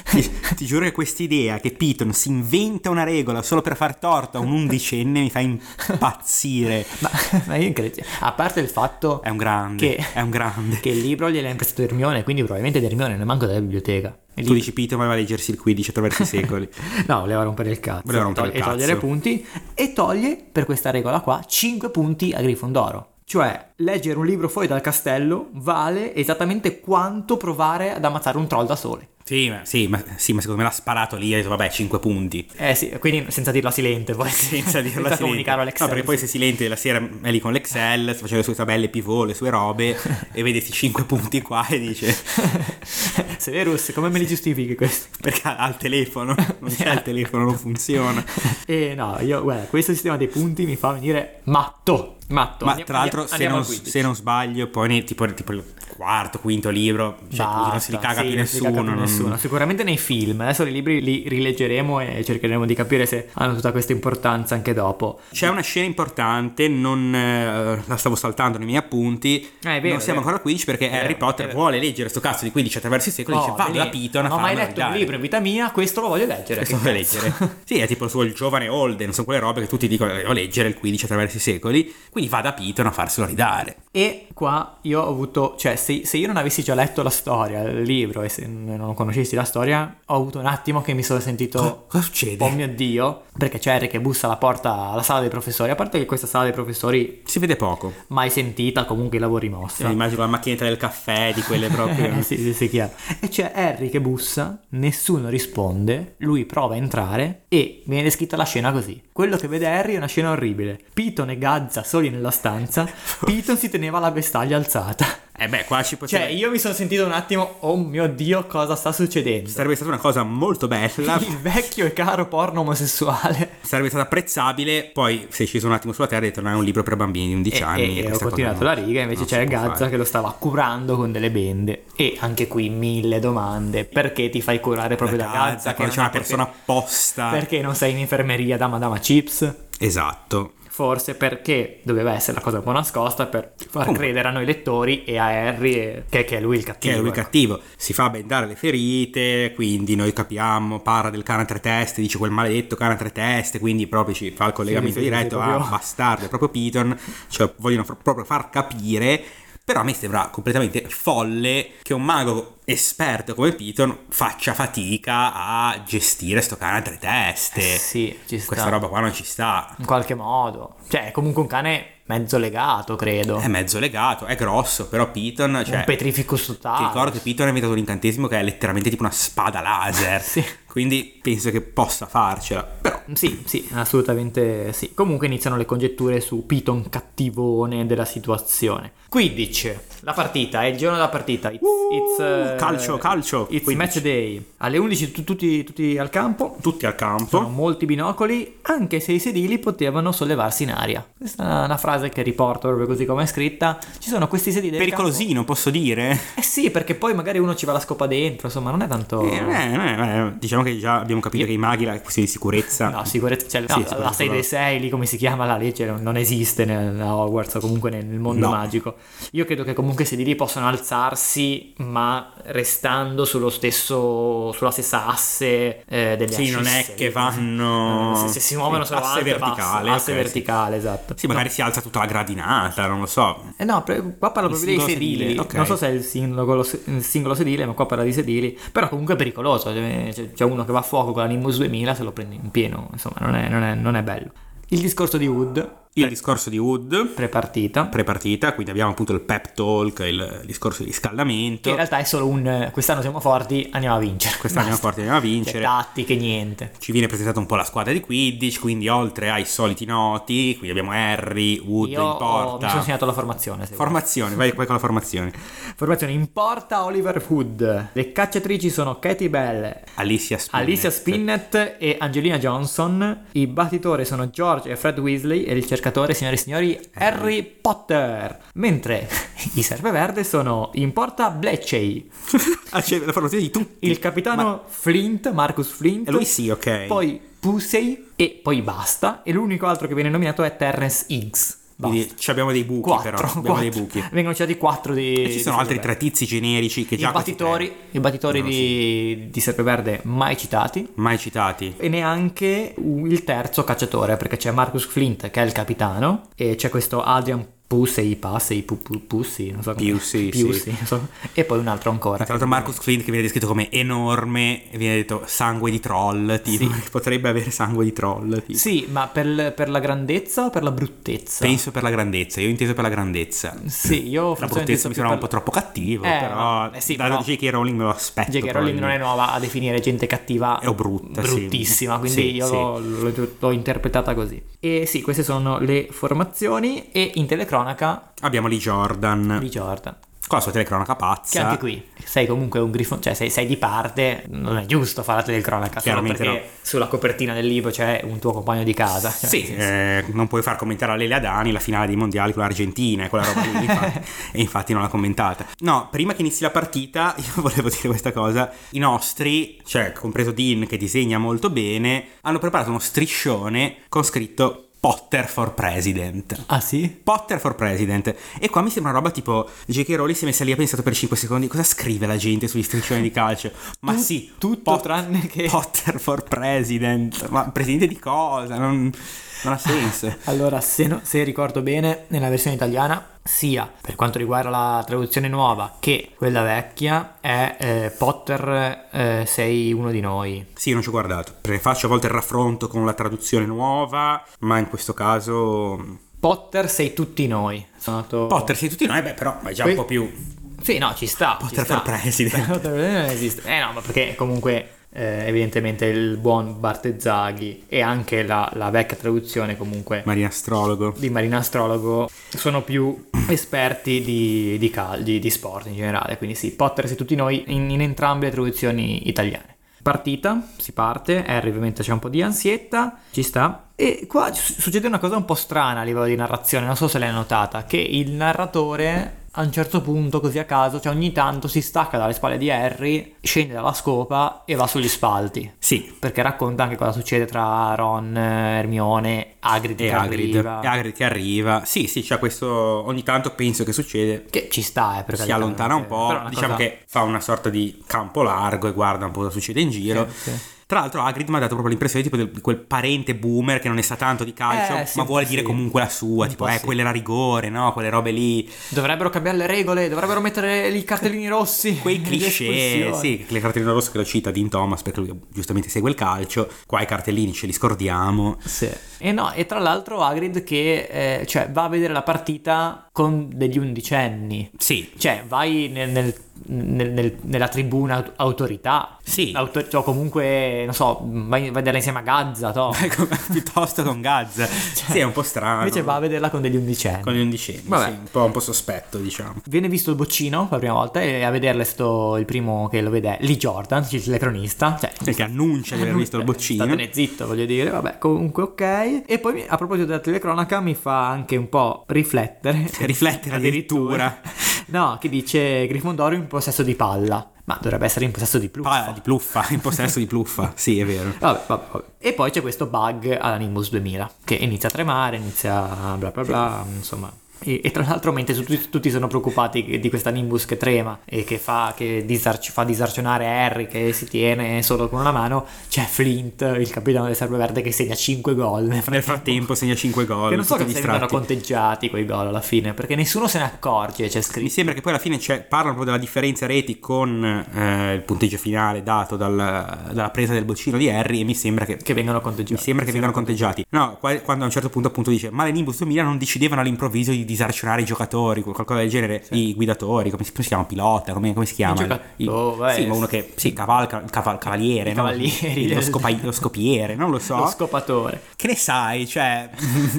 Speaker 2: Ti, [LAUGHS] ti giuro che quest'idea che Piton si inventa una regola solo per far torto a un undicenne mi fa impazzire.
Speaker 1: ma, ma io credo. A parte il fatto.
Speaker 2: È un grande,
Speaker 1: Che-
Speaker 2: è un grande.
Speaker 1: Che il libro gliel'ha imprestato Hermione, quindi probabilmente di Hermione non è manco della biblioteca. Il libro-
Speaker 2: Tu dici Piton voleva leggersi il 15 attraverso i [LAUGHS] secoli.
Speaker 1: No, voleva rompere il cazzo.
Speaker 2: Voleva rompere
Speaker 1: e
Speaker 2: il
Speaker 1: tog- E togliere
Speaker 2: cazzo.
Speaker 1: punti. E toglie, per questa regola qua, 5 punti a Grifondoro. Cioè, leggere un libro fuori dal castello vale esattamente quanto provare ad ammazzare un troll da sole.
Speaker 2: Sì ma, sì, ma, sì, ma secondo me l'ha sparato lì e ha detto vabbè 5 punti.
Speaker 1: Eh sì, quindi senza dirlo a silente poi.
Speaker 2: [LAUGHS]
Speaker 1: [LAUGHS]
Speaker 2: Senza dirlo a
Speaker 1: Senza
Speaker 2: Silente.
Speaker 1: comunicarlo all'ex.
Speaker 2: No, perché poi se Silente la sera è lì con l'Excel, sta facendo le sue tabelle pivot, le sue [LAUGHS] robe e vede questi 5 punti qua e dice
Speaker 1: [LAUGHS] Severus, come me li giustifichi questo?
Speaker 2: perché ha il
Speaker 1: [LAUGHS]
Speaker 2: telefono, non c'è il telefono, non funziona.
Speaker 1: Eh no, io, guarda, questo sistema dei punti mi fa venire matto. Matto.
Speaker 2: Ma
Speaker 1: Andiamo-
Speaker 2: tra l'altro, se
Speaker 1: andiamo
Speaker 2: non,
Speaker 1: al quiz.
Speaker 2: se non sbaglio, poi ne- tipo, tipo il quarto, quinto libro, cioè,
Speaker 1: Basta,
Speaker 2: non si ricaga
Speaker 1: sì,
Speaker 2: più
Speaker 1: non si ricaga
Speaker 2: nessuno.
Speaker 1: più
Speaker 2: non-
Speaker 1: nessuno. Sicuramente nei film, adesso i libri li rileggeremo e cercheremo di capire se hanno tutta questa importanza anche dopo.
Speaker 2: C'è una scena importante, non eh, la stavo saltando nei miei appunti.
Speaker 1: Ah, è vero,
Speaker 2: non
Speaker 1: è vero.
Speaker 2: siamo ancora a 15 perché
Speaker 1: vero,
Speaker 2: Harry
Speaker 1: è
Speaker 2: Potter
Speaker 1: vero.
Speaker 2: vuole leggere sto cazzo di 15 attraverso i secoli. dice vado
Speaker 1: bene,
Speaker 2: da Piton a
Speaker 1: Oh, Non
Speaker 2: Cioè,
Speaker 1: ho mai
Speaker 2: farmelo
Speaker 1: letto un
Speaker 2: guardare."
Speaker 1: libro in vita mia, questo lo voglio leggere.
Speaker 2: Questo
Speaker 1: che
Speaker 2: vuole
Speaker 1: cazzo.
Speaker 2: leggere. sì, è tipo il suo il giovane Holden, sono quelle robe che tutti dicono devo leggere il 15 attraverso i secoli. Quindi va da Piton a farselo ridare.
Speaker 1: [LAUGHS] E qua io ho avuto, cioè se, se io non avessi già letto la storia, il libro e se non conoscessi la storia, ho avuto un attimo che mi sono sentito...
Speaker 2: Cosa succede?
Speaker 1: Oh mio Dio, perché c'è Harry che bussa alla porta alla sala dei professori, a parte che questa sala dei professori
Speaker 2: Si vede poco.
Speaker 1: mai sentita, comunque i lavori mossa.
Speaker 2: Eh, immagino la macchinetta del caffè, di quelle proprio.
Speaker 1: Eh, [LAUGHS] sì, sì, sì, chiaro. E c'è Harry che bussa, nessuno risponde, lui prova a entrare e viene descritta la scena così. Quello che vede Harry è una scena orribile. Piton e Gazza soli nella
Speaker 2: [LAUGHS]
Speaker 1: stanza, Piton si teneva la vestaglia alzata.
Speaker 2: Eh beh, qua ci potrebbe...
Speaker 1: Cioè, io mi sono sentito un attimo, oh mio Dio, cosa sta succedendo?
Speaker 2: Sarebbe stata una cosa
Speaker 1: [LAUGHS]
Speaker 2: molto bella.
Speaker 1: Il vecchio e caro porno omosessuale.
Speaker 2: sarebbe stato apprezzabile. Poi sei sceso un attimo sulla terra e tornare un libro per bambini di 11 anni.
Speaker 1: E, e Eh, ho
Speaker 2: questa cosa
Speaker 1: continuato
Speaker 2: no-
Speaker 1: la riga, invece
Speaker 2: non si
Speaker 1: c'è
Speaker 2: può
Speaker 1: Gazza
Speaker 2: fare.
Speaker 1: che lo stava curando con delle bende. E anche qui mille domande. Perché ti fai curare proprio da, Gazza? che
Speaker 2: quando c'è
Speaker 1: non
Speaker 2: una
Speaker 1: è perché-
Speaker 2: persona apposta.
Speaker 1: Perché non sei in infermeria da Madama Chips?
Speaker 2: Esatto.
Speaker 1: Forse perché doveva essere la cosa un po' nascosta per far
Speaker 2: Comunque.
Speaker 1: credere a noi lettori e a Harry e- che, che è lui il
Speaker 2: Che
Speaker 1: cattivo.
Speaker 2: è lui
Speaker 1: ecco.
Speaker 2: cattivo, si fa bendare le ferite, quindi noi capiamo, parla del cane a tre teste, dice quel maledetto cane a tre teste, quindi proprio ci fa il collegamento
Speaker 1: sì, sì,
Speaker 2: diretto,
Speaker 1: sì,
Speaker 2: ah
Speaker 1: proprio.
Speaker 2: bastardo, è proprio Piton, cioè vogliono fr- proprio far capire, però a me sembra completamente folle che un mago esperto come Piton faccia fatica a gestire sto cane a tre teste.
Speaker 1: Eh Sì, ci sta.
Speaker 2: Questa roba qua non ci sta.
Speaker 1: In qualche modo. Cioè, è comunque un cane mezzo legato, credo.
Speaker 2: È mezzo legato, è grosso, però Piton, Eh, cioè,
Speaker 1: un petrificus
Speaker 2: Ti
Speaker 1: totale.
Speaker 2: ricordo che Piton ha inventato un incantesimo che è letteralmente tipo una spada laser.
Speaker 1: [LAUGHS] Sì.
Speaker 2: Quindi penso che possa farcela. Però
Speaker 1: Sì, sì, assolutamente sì. Comunque iniziano le congetture su Piton cattivone della situazione. 15. La partita, è il giorno della partita. It's, it's, eh,
Speaker 2: Uh, calcio, calcio.
Speaker 1: It's
Speaker 2: 15.
Speaker 1: match day. Alle 11 tu- tutti, tutti al campo.
Speaker 2: tutti al
Speaker 1: Sono
Speaker 2: campo.
Speaker 1: molti binocoli, anche se i sedili potevano sollevarsi in aria. Questa è una frase che riporto proprio così come è scritta. Ci sono questi sedili. del campo.
Speaker 2: Pericolosino, posso dire?
Speaker 1: Eh sì, perché poi magari uno ci va la scopa dentro, insomma, non è tanto.
Speaker 2: Eh, eh, eh, diciamo che già abbiamo capito che i maghi la questione di sicurezza.
Speaker 1: No, sicurezza, cioè,
Speaker 2: Sì,
Speaker 1: no, la
Speaker 2: sicurezza
Speaker 1: 6 dei 6, lì come si chiama la legge, non, non esiste nel- a Hogwarts o comunque nel, nel mondo
Speaker 2: No.
Speaker 1: magico. Io credo che comunque i sedili possono alzarsi, ma restando sullo stesso, sulla stessa asse eh, delle
Speaker 2: Sì, non è
Speaker 1: ascelle.
Speaker 2: che vanno-
Speaker 1: Se, se si muovono
Speaker 2: Sì,
Speaker 1: solo
Speaker 2: asse
Speaker 1: alte, basta,
Speaker 2: verticale,
Speaker 1: asse
Speaker 2: ok, sì.
Speaker 1: verticale, esatto.
Speaker 2: Sì, magari si alza tutta la gradinata, non lo so.
Speaker 1: Eh no, pre- qua parla
Speaker 2: Il
Speaker 1: proprio dei
Speaker 2: singolo
Speaker 1: sedili.
Speaker 2: sedile, ok.
Speaker 1: Non so se è il singolo, il singolo sedile, ma qua parla di sedili. Però comunque è pericoloso. cioè, C'è, c'è uno che va a fuoco con la Nimbus 2000, se lo prende in pieno. Insomma, non è, non è- non è bello. Il discorso di Wood,
Speaker 2: Il discorso di Wood,
Speaker 1: prepartita,
Speaker 2: prepartita, quindi abbiamo appunto il pep talk, il discorso di
Speaker 1: che
Speaker 2: riscaldamento.
Speaker 1: in realtà è solo un eh, quest'anno siamo forti, andiamo a vincere.
Speaker 2: Quest'anno siamo
Speaker 1: Basta.
Speaker 2: forti, andiamo a
Speaker 1: Cioè,
Speaker 2: vincere.
Speaker 1: tattiche, niente.
Speaker 2: Ci viene presentata un po' la squadra di Quidditch, quindi oltre ai soliti noti, qui abbiamo Harry, Wood
Speaker 1: Io
Speaker 2: in
Speaker 1: ho- mi sono
Speaker 2: porta.
Speaker 1: segnato la formazione. se vuoi.
Speaker 2: Formazione, vai, vai con la formazione.
Speaker 1: formazione in porta Oliver Hood. Le cacciatrici sono Katie Bell,
Speaker 2: Alicia Spinnet.
Speaker 1: Alicia Spinnet e Angelina Johnson. I battitori sono George e Fred Weasley e il cercatore, signore e signori, Harry Potter. Mentre [LAUGHS] i serpeverde sono in porta
Speaker 2: [LAUGHS]
Speaker 1: Bletchley,
Speaker 2: Ah, c'è la formazione di tutti.
Speaker 1: il capitano Flint, Marcus Flint.
Speaker 2: E lui sì, ok.
Speaker 1: Poi Pusey e poi basta. E l'unico altro che viene nominato è Terrence Higgs. Basta.
Speaker 2: Quindi ci abbiamo dei buchi
Speaker 1: Quattro,
Speaker 2: però, abbiamo
Speaker 1: quattro.
Speaker 2: dei
Speaker 1: [LAUGHS]
Speaker 2: buchi. E
Speaker 1: Vengono citati quattro di...
Speaker 2: ci
Speaker 1: di
Speaker 2: sono altri
Speaker 1: Serpeverde.
Speaker 2: tre tizi generici che già...
Speaker 1: I
Speaker 2: questi
Speaker 1: battitori,
Speaker 2: tre
Speaker 1: i battitori
Speaker 2: non lo
Speaker 1: di, di Serpeverde mai citati,
Speaker 2: Mai citati.
Speaker 1: e neanche il terzo cacciatore perché c'è Marcus Flint che è il capitano e c'è questo Adrian Pussey, Passey, Pu- Pu- Pussey, non so come
Speaker 2: Pusey, sì.
Speaker 1: Pusey, non so. e poi un altro ancora.
Speaker 2: Tra l'altro Marcus Clint che viene descritto come enorme, e viene detto sangue di troll, tipo, potrebbe avere sangue di troll. Tipo.
Speaker 1: Sì, ma per, l- per la grandezza o per la bruttezza?
Speaker 2: Penso per la grandezza, io ho inteso per la grandezza.
Speaker 1: Sì, io
Speaker 2: La
Speaker 1: forse ho
Speaker 2: bruttezza mi
Speaker 1: inteso
Speaker 2: sembrava un
Speaker 1: più
Speaker 2: po' troppo cattivo,
Speaker 1: Eh,
Speaker 2: però
Speaker 1: eh sì,
Speaker 2: da
Speaker 1: però-
Speaker 2: J.K. Rowling me lo aspetto.
Speaker 1: J.K. Rowling non è
Speaker 2: probabilmente.
Speaker 1: nuova a definire gente cattiva
Speaker 2: È o brutta, sì.
Speaker 1: bruttissima, quindi
Speaker 2: Sì,
Speaker 1: io
Speaker 2: sì.
Speaker 1: l'ho, l'ho- l'ho interpretata così. E sì, queste sono le formazioni e in telecronaca
Speaker 2: Abbiamo lì Jordan,
Speaker 1: di Jordan.
Speaker 2: con la sua telecronaca pazza.
Speaker 1: Che anche qui sei comunque un grifone, cioè sei, sei di parte, non è giusto fare la telecronaca solo
Speaker 2: Chiaramente
Speaker 1: perché sulla copertina del libro c'è un tuo compagno di casa. Cioè,
Speaker 2: Sì, eh, non puoi far commentare a Lelia Dani la finale dei mondiali con l'Argentina e quella roba lì, infatti, e infatti non l'ha commentata. No, prima che inizi la partita, [LAUGHS] io volevo dire questa cosa: i nostri, cioè compreso Dean che disegna molto bene, hanno preparato uno striscione con scritto Potter for President.
Speaker 1: Ah sì?
Speaker 2: Potter for President. E qua mi sembra una roba tipo J.K. Rowling si è messa lì e ha pensato per 5 secondi cosa scrive la gente sugli striscioni di calcio. Ma
Speaker 1: Tut-
Speaker 2: sì, [LAUGHS]
Speaker 1: tutto tranne che-
Speaker 2: Potter for President. Ma presidente di cosa? Non... Non ha senso.
Speaker 1: Allora, se, no- se ricordo bene, nella versione italiana, sia per quanto riguarda la traduzione nuova che quella vecchia, è eh, Potter eh, sei uno di noi.
Speaker 2: [LAUGHS] Sì, non ci ho guardato. Perché faccio a volte il raffronto con la traduzione nuova, ma in questo caso. mm,
Speaker 1: Potter sei tutti noi. Sono andato-
Speaker 2: Potter, sì, tutti noi, beh, però è già un
Speaker 1: Qui-
Speaker 2: po' più.
Speaker 1: Sì, no, ci sta.
Speaker 2: Potter
Speaker 1: ci sta.
Speaker 2: for
Speaker 1: [LAUGHS]
Speaker 2: president. [LAUGHS]
Speaker 1: Potter for president non esiste. Eh no, ma perché comunque eh, evidentemente il buon Bartezzaghi e anche la, la vecchia traduzione comunque
Speaker 2: Marina Astrologo.
Speaker 1: di Marina Astrologo sono più esperti di, di, cal- di- di sport in generale, quindi sì, Potter e tutti noi in, in entrambe le traduzioni italiane. Partita, si parte, Harry ovviamente c'è un po' di ansietta, ci sta. E qua su- succede una cosa un po' strana a livello di narrazione, non so se l'hai notata, che il narratore a un certo punto, così a caso, cioè ogni tanto si stacca dalle spalle di Harry, scende dalla scopa e va sugli spalti.
Speaker 2: Sì.
Speaker 1: Perché racconta anche cosa succede tra Ron, eh, Hermione, Agrid
Speaker 2: E
Speaker 1: che
Speaker 2: Agrid.
Speaker 1: arriva.
Speaker 2: E Agrid che arriva. Sì, sì, c'è questo. Ogni tanto penso che succede.
Speaker 1: Che ci sta, eh, per
Speaker 2: Si
Speaker 1: carità,
Speaker 2: allontana
Speaker 1: non
Speaker 2: un
Speaker 1: c'è-
Speaker 2: po',
Speaker 1: però una
Speaker 2: diciamo
Speaker 1: cosa-
Speaker 2: che fa una sorta di campo largo e guarda un po' cosa succede in giro.
Speaker 1: Sì, sì.
Speaker 2: Tra l'altro Agrid mi ha dato proprio l'impressione tipo del- di quel parente boomer che non ne sa tanto di calcio,
Speaker 1: Eh, sì,
Speaker 2: ma
Speaker 1: un po'
Speaker 2: vuole dire
Speaker 1: sì.
Speaker 2: comunque la sua,
Speaker 1: Un
Speaker 2: tipo
Speaker 1: po'
Speaker 2: eh,
Speaker 1: sì.
Speaker 2: quella era rigore, no? Quelle robe lì,
Speaker 1: Dovrebbero cambiare le regole, dovrebbero mettere i cartellini rossi.
Speaker 2: quei
Speaker 1: Eh, le
Speaker 2: cliché,
Speaker 1: espulsioni.
Speaker 2: sì, le cartellino rosso che lo cita Dean Thomas perché lui giustamente segue il calcio, qua i cartellini ce li scordiamo.
Speaker 1: Sì. E no, e tra l'altro Agrid che eh, cioè, va a vedere la partita con degli undicenni.
Speaker 2: Sì,
Speaker 1: Cioè, vai nel- nel- nel- nel- nella tribuna aut- autorità.
Speaker 2: Sì. [LAUGHS]
Speaker 1: Auto- cioè, comunque, non so, vai vai a vederla insieme a Gazza,
Speaker 2: [LAUGHS]
Speaker 1: to.
Speaker 2: Ecco, piuttosto
Speaker 1: [LAUGHS]
Speaker 2: con Gazza. sì, è un po' strano.
Speaker 1: Cioè, Invece va a vederla con degli undicenni.
Speaker 2: Ah, con gli undicenni, sì,
Speaker 1: Vabbè.
Speaker 2: un po', un po' sospetto, diciamo.
Speaker 1: Viene visto il boccino per la prima volta e a vederlo è stato il primo che lo vede Lee Jordan, il telecronista. Cioè,
Speaker 2: Perché annuncia di aver
Speaker 1: [LAUGHS]
Speaker 2: visto il boccino.
Speaker 1: Statene zitto, voglio dire, vabbè, comunque ok. E poi a proposito della telecronaca mi fa anche un po' riflettere.
Speaker 2: [LAUGHS] Riflettere addirittura.
Speaker 1: [LAUGHS] No, che dice Grifondoro in possesso di palla, ma dovrebbe essere in possesso di pluffa.
Speaker 2: Palla di pluffa, in possesso di pluffa, sì,
Speaker 1: [LAUGHS]
Speaker 2: è vero.
Speaker 1: Vabbè, vabbè, vabbè. E poi c'è questo bug all'Animus 2000 che inizia a tremare, inizia a bla bla bla, insomma. E, e tra l'altro mentre su- tutti, tutti sono preoccupati di questa Nimbus che trema e che, fa, che disarci- fa disarcionare Harry che si tiene solo con una mano, c'è Flint, il capitano del Serpeverde, che segna 5 gol. Nel
Speaker 2: Nel frattempo segna 5 gol.
Speaker 1: che non so
Speaker 2: tutti
Speaker 1: che se vengano
Speaker 2: distratti.
Speaker 1: conteggiati quei gol alla fine, perché nessuno se ne accorge, c'è
Speaker 2: Mi
Speaker 1: scritto.
Speaker 2: sembra che poi alla fine c'è- parlano proprio della differenza reti con eh, il punteggio finale dato dal- dalla presa del boccino di Harry e mi sembra che...
Speaker 1: Che vengono
Speaker 2: mi
Speaker 1: conteggiati.
Speaker 2: sembra che vengano conteggiati. No, qua- quando a un certo punto appunto dice, ma le Nimbus 2000 non decidevano all'improvviso di disarcionare i giocatori, qual- qualcosa del genere, i guidatori, come si, come si chiama? Pilota, come, come si chiama?
Speaker 1: gioca-
Speaker 2: Il-
Speaker 1: Oh, vabbè.
Speaker 2: sì, ma uno che, sì, cavalca, caval- cavaliere,
Speaker 1: I
Speaker 2: no?
Speaker 1: cavalieri.
Speaker 2: lo, scopa- lo scopiere, non lo so.
Speaker 1: Lo scopatore.
Speaker 2: Che ne
Speaker 1: [LAUGHS]
Speaker 2: sai, cioè,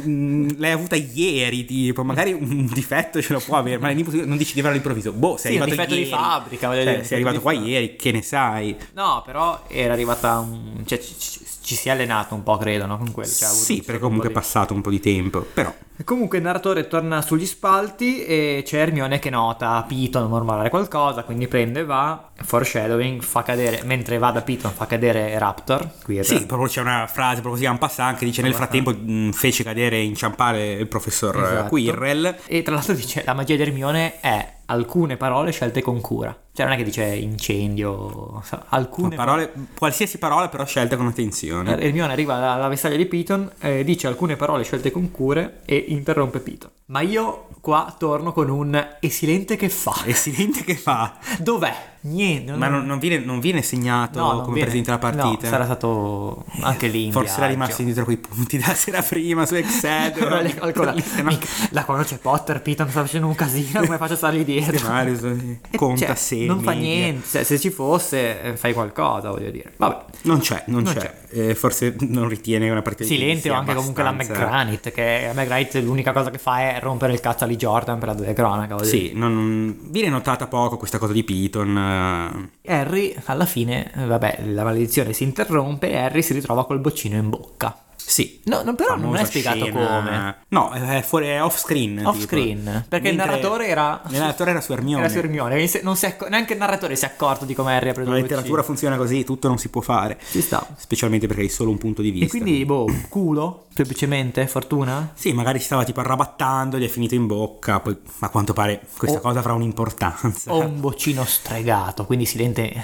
Speaker 2: l'hai avuta ieri, tipo, magari un difetto ce lo può avere, ma all'improvviso- non dici di averlo all'improvviso. Boh, sei
Speaker 1: Sì, un
Speaker 2: arrivato
Speaker 1: difetto
Speaker 2: ieri.
Speaker 1: di fabbrica, voglio
Speaker 2: Cioè,
Speaker 1: dire,
Speaker 2: sei
Speaker 1: difetto
Speaker 2: arrivato
Speaker 1: di
Speaker 2: qua
Speaker 1: fabbrica.
Speaker 2: ieri, che ne sai?
Speaker 1: No, però era arrivata un... cioè ci, ci- ci si è allenato un po', credo, no? Con quello. Cioè, ha avuto
Speaker 2: sì,
Speaker 1: un
Speaker 2: perché
Speaker 1: certo
Speaker 2: comunque è
Speaker 1: po' di-
Speaker 2: passato un po' di tempo, però...
Speaker 1: Comunque il narratore torna sugli spalti e c'è Hermione che nota Piton mormorare qualcosa, quindi prende e va, foreshadowing, fa cadere, mentre va da Piton fa cadere Raptor, qui è
Speaker 2: Sì, proprio c'è una frase proprio così un passante che dice nel frattempo mh, fece cadere e inciampare il professor eh,
Speaker 1: Esatto.
Speaker 2: Quirrell.
Speaker 1: E tra l'altro dice la magia di Hermione è alcune parole scelte con cura. Cioè non è che dice incendio, sa- alcune
Speaker 2: Parole, qualsiasi parola però scelta con attenzione.
Speaker 1: parole. Eh, Hermione arriva alla, alla vestaglia di Piton, eh, dice alcune parole scelte con cure e interrompe Piton. Ma io qua torno con un e silente che fa?
Speaker 2: E silente che fa?
Speaker 1: Dov'è? Niente.
Speaker 2: Eh. Ma non, non viene, non viene segnato
Speaker 1: no, non
Speaker 2: come
Speaker 1: viene.
Speaker 2: presente la partita?
Speaker 1: No, sarà stato anche lì in
Speaker 2: Forse era
Speaker 1: viaggio. [LAUGHS]
Speaker 2: rimasto indietro quei punti [LAUGHS] della sera prima su Excel.
Speaker 1: Allora le
Speaker 2: però-
Speaker 1: calcola-
Speaker 2: se no- [LAUGHS]
Speaker 1: Mica- Là quando c'è Potter, Piton sta facendo un casino, come faccio a stargli dietro?
Speaker 2: Mario, sì.
Speaker 1: [LAUGHS] Eh,
Speaker 2: conta
Speaker 1: cioè,
Speaker 2: semi.
Speaker 1: Non fa niente, cioè, se ci fosse eh, fai qualcosa, voglio dire. Vabbè.
Speaker 2: Non c'è, non, c'è. Eh, forse non ritiene una partita
Speaker 1: Silente o anche comunque la McGranit, che la McGranit l'unica cosa che fa è rompere il cazzo a Lee Jordan per la telecronaca, voglio dire.
Speaker 2: Sì, non- non- viene notata poco questa cosa di Piton. eh.
Speaker 1: Harry alla fine, eh, vabbè, la maledizione si interrompe e Harry si ritrova col boccino in bocca.
Speaker 2: Sì.
Speaker 1: No, non- però non
Speaker 2: Famosa
Speaker 1: è spiegato
Speaker 2: scena-
Speaker 1: come.
Speaker 2: No, è fuori è off screen.
Speaker 1: Off
Speaker 2: tipo.
Speaker 1: screen, perché il
Speaker 2: Mentre-
Speaker 1: narratore era...
Speaker 2: Il narratore era su Hermione.
Speaker 1: Era su Hermione, quindi se- non si è acco- neanche il narratore si è accorto di come Harry ha preso
Speaker 2: La
Speaker 1: il
Speaker 2: letteratura
Speaker 1: boccino.
Speaker 2: funziona così, tutto non si può fare.
Speaker 1: Ci sta.
Speaker 2: Specialmente perché hai solo un punto di vista.
Speaker 1: E quindi, boh, culo? Semplicemente? Fortuna?
Speaker 2: Sì, magari stava tipo arrabattando, gli è finito in bocca, poi a quanto pare questa
Speaker 1: O-
Speaker 2: cosa avrà un'importanza.
Speaker 1: O un boccino stregato, quindi Silente eh,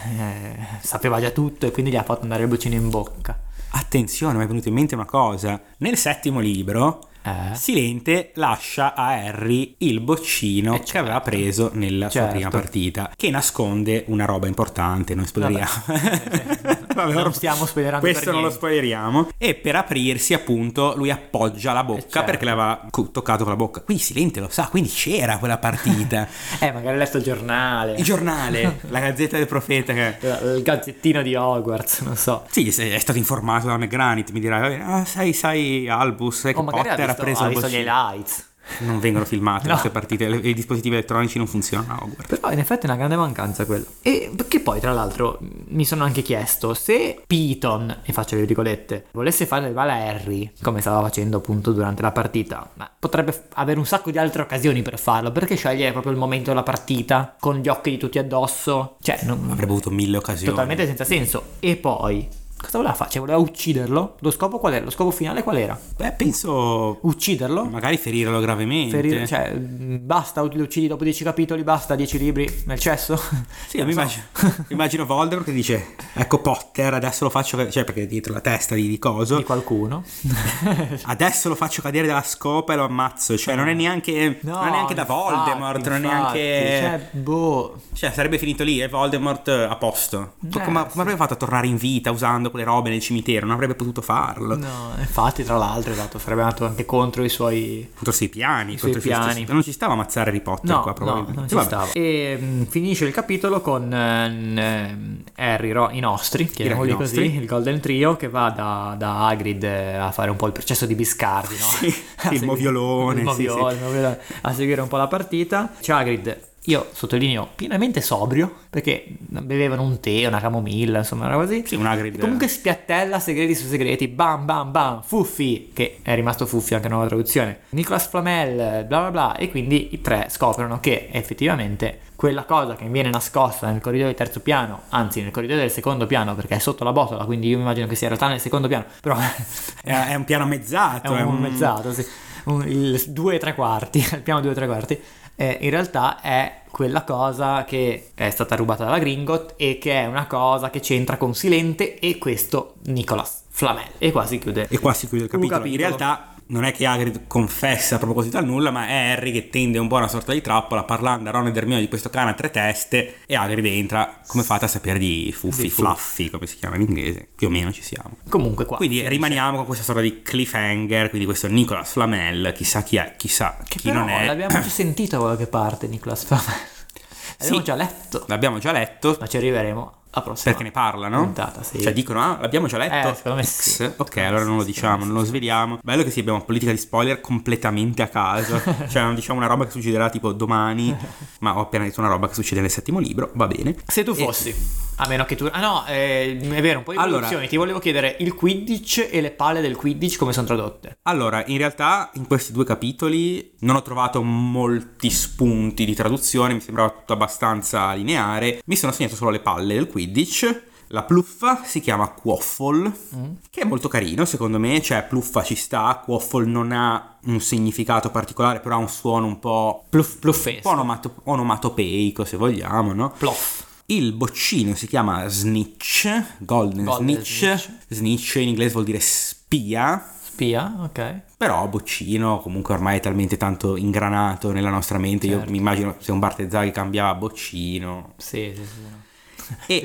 Speaker 1: sapeva già tutto e quindi gli ha fatto andare il boccino in bocca.
Speaker 2: Attenzione, mi è venuta in mente una cosa. Nel settimo libro,
Speaker 1: Eh?
Speaker 2: Silente lascia a Harry il boccino
Speaker 1: Eh,
Speaker 2: che
Speaker 1: certo.
Speaker 2: aveva preso nella sua
Speaker 1: Certo.
Speaker 2: prima partita, che nasconde una roba importante, non spoileriamo. [LAUGHS] Vabbè,
Speaker 1: Non
Speaker 2: ora-
Speaker 1: stiamo spoilerando
Speaker 2: Questo
Speaker 1: per
Speaker 2: non lo
Speaker 1: niente.
Speaker 2: spoileriamo. E per aprirsi, appunto, lui appoggia la bocca
Speaker 1: Eh, certo.
Speaker 2: perché l'aveva co- toccato con la bocca. Quindi Silente lo sa, quindi c'era
Speaker 1: [LAUGHS]
Speaker 2: quella partita.
Speaker 1: Eh, magari hai letto il giornale.
Speaker 2: Il giornale, la gazzetta del profeta che...
Speaker 1: Eh, il gazzettino di Hogwarts, non so.
Speaker 2: Sì, se è stato informato da McGranit, mi dirà, "Vabbè, ah, sai, sai, Albus, sai
Speaker 1: O
Speaker 2: che
Speaker 1: Oh, magari ha
Speaker 2: Potter
Speaker 1: visto,
Speaker 2: ha preso
Speaker 1: ha
Speaker 2: il
Speaker 1: visto gli
Speaker 2: boccino."
Speaker 1: highlights.
Speaker 2: Non vengono filmate
Speaker 1: No.
Speaker 2: queste partite, le- i dispositivi elettronici non funzionano a Hogwarts.
Speaker 1: Però in effetti è una grande mancanza quella. E che poi, tra l'altro, mi sono anche chiesto se Piton, e faccio le virgolette, volesse fare del male a Harry, come stava facendo appunto durante la partita, ma potrebbe f- avere un sacco di altre occasioni per farlo, perché sceglie proprio il momento della partita, con gli occhi di tutti addosso, cioè non,
Speaker 2: Avrebbe avuto mille occasioni.
Speaker 1: totalmente senza senso. E poi, cosa voleva fare? Cioè, voleva ucciderlo? Lo scopo qual era? Lo scopo finale qual era?
Speaker 2: Beh, penso
Speaker 1: Ucciderlo?
Speaker 2: magari ferirlo gravemente.
Speaker 1: Ferire, cioè, mh, basta, lo uccidi dopo 10 capitoli, basta, 10 libri nel cesso.
Speaker 2: Sì, mi immagino, [LAUGHS] immagino Voldemort che dice, ecco Potter, adesso lo faccio, ca- cioè perché è dietro la testa di, di coso,
Speaker 1: Di
Speaker 2: [LAUGHS]
Speaker 1: qualcuno.
Speaker 2: adesso lo faccio cadere dalla scopa e lo ammazzo, cioè non è neanche, non è neanche da
Speaker 1: infatti,
Speaker 2: Voldemort, non è
Speaker 1: infatti,
Speaker 2: neanche...
Speaker 1: Cioè, boh.
Speaker 2: Cioè, sarebbe finito lì e Voldemort eh, a posto. To- come, come avrebbe fatto a tornare in vita usando quelle robe nel cimitero? Non avrebbe potuto farlo.
Speaker 1: No, infatti, tra l'altro, esatto, sarebbe andato anche contro i suoi.
Speaker 2: Contro i suoi piani,
Speaker 1: I suoi
Speaker 2: contro i suoi
Speaker 1: piani.
Speaker 2: stessi- Non ci stava a ammazzare Harry Potter
Speaker 1: No,
Speaker 2: qua,
Speaker 1: no,
Speaker 2: probabilmente.
Speaker 1: non ci
Speaker 2: Vabbè.
Speaker 1: stava. E mh, finisce il capitolo con ehm, ehm, Harry, Ron, i nostri, chiamiamoli
Speaker 2: i
Speaker 1: così,
Speaker 2: nostri.
Speaker 1: il Golden Trio, che va da, da Hagrid eh, a fare un po' il processo di Biscardi, no?
Speaker 2: [LAUGHS]
Speaker 1: [LAUGHS] A
Speaker 2: Sì, il
Speaker 1: seguire-
Speaker 2: moviolone,
Speaker 1: il
Speaker 2: sì, sì.
Speaker 1: moviolone, il moviolone, a seguire un po' la partita. C'è Hagrid, io sottolineo, pienamente sobrio, perché bevevano un tè, una camomilla, insomma, una roba così.
Speaker 2: Sì, un Hagrid.
Speaker 1: E Comunque spiattella segreti su segreti, bam bam bam, Fuffi, che è rimasto Fuffi anche nuova traduzione, Nicolas Flamel, bla bla bla, e quindi i tre scoprono che effettivamente quella cosa che viene nascosta nel corridoio del terzo piano, anzi nel corridoio del secondo piano, perché è sotto la botola, quindi io mi immagino che sia in realtà nel secondo piano, però [LAUGHS]
Speaker 2: È, è Cioè, un piano
Speaker 1: è
Speaker 2: mezzato.
Speaker 1: un, mezzato, sì. Un- il 2 e tre quarti, [LAUGHS] il piano 2 e tre quarti, eh, in realtà è quella cosa che è stata rubata dalla Gringot e che è una cosa che c'entra con Silente e questo Nicolas Flamel. E qua si chiude.
Speaker 2: E qua si chiude il
Speaker 1: Un
Speaker 2: capitolo. In realtà non è che Hagrid confessa proprio così dal nulla, ma è Harry che tende un po' una sorta di trappola parlando a Ron e Hermione di questo cane a tre teste e Hagrid entra, come fate a sapere di Fuffi,
Speaker 1: Di Fuffi.
Speaker 2: Fluffy, come si chiama in inglese, più o meno ci siamo.
Speaker 1: Comunque qua.
Speaker 2: Quindi rimaniamo con questa sorta di cliffhanger, quindi questo Nicolas Flamel, chissà chi è, chissà
Speaker 1: Che
Speaker 2: chi
Speaker 1: però
Speaker 2: non è.
Speaker 1: L'abbiamo già sentito da qualche parte Nicolas
Speaker 2: [LAUGHS]
Speaker 1: Flamel. L'abbiamo già letto.
Speaker 2: L'abbiamo già letto,
Speaker 1: Ma ci arriveremo alla prossima.
Speaker 2: perché ne parlano?
Speaker 1: Puntata, sì.
Speaker 2: Cioè dicono, ah, l'abbiamo già letto.
Speaker 1: Eh, secondo me
Speaker 2: X.
Speaker 1: sì.
Speaker 2: Ok, allora non lo
Speaker 1: Sì,
Speaker 2: diciamo,
Speaker 1: sì,
Speaker 2: non lo sveliamo. Bello che sì, abbiamo una politica di spoiler completamente
Speaker 1: [LAUGHS]
Speaker 2: a caso. cioè, non diciamo una roba che succederà tipo domani, ma ho appena detto una roba che succede nel settimo libro, va bene.
Speaker 1: Se tu fossi, a meno che tu. Ah no, eh, è vero, un po' di
Speaker 2: Allora-
Speaker 1: traduzioni. Ti volevo chiedere il Quidditch e le palle del Quidditch come sono tradotte.
Speaker 2: Allora, in realtà in questi due capitoli non ho trovato molti spunti di traduzione, mi sembrava tutto abbastanza lineare. Mi sono segnato solo le palle del Quidditch. La pluffa si chiama Quaffle, che è molto carino secondo me, cioè pluffa ci sta, Quaffle non ha un significato particolare, però ha un suono un po',
Speaker 1: Pluff,
Speaker 2: un
Speaker 1: pluffes.
Speaker 2: po onomato- onomatopeico se vogliamo, no?
Speaker 1: Ploff.
Speaker 2: Il boccino si chiama Snitch, Golden,
Speaker 1: Golden
Speaker 2: snitch. Snitch in inglese vuol dire spia,
Speaker 1: Spia, ok.
Speaker 2: però Boccino comunque ormai è talmente tanto ingranato nella nostra mente, io
Speaker 1: Certo.
Speaker 2: mi immagino se un Bartezzaghi cambiava Boccino.
Speaker 1: Sì, sì, sì. no.
Speaker 2: E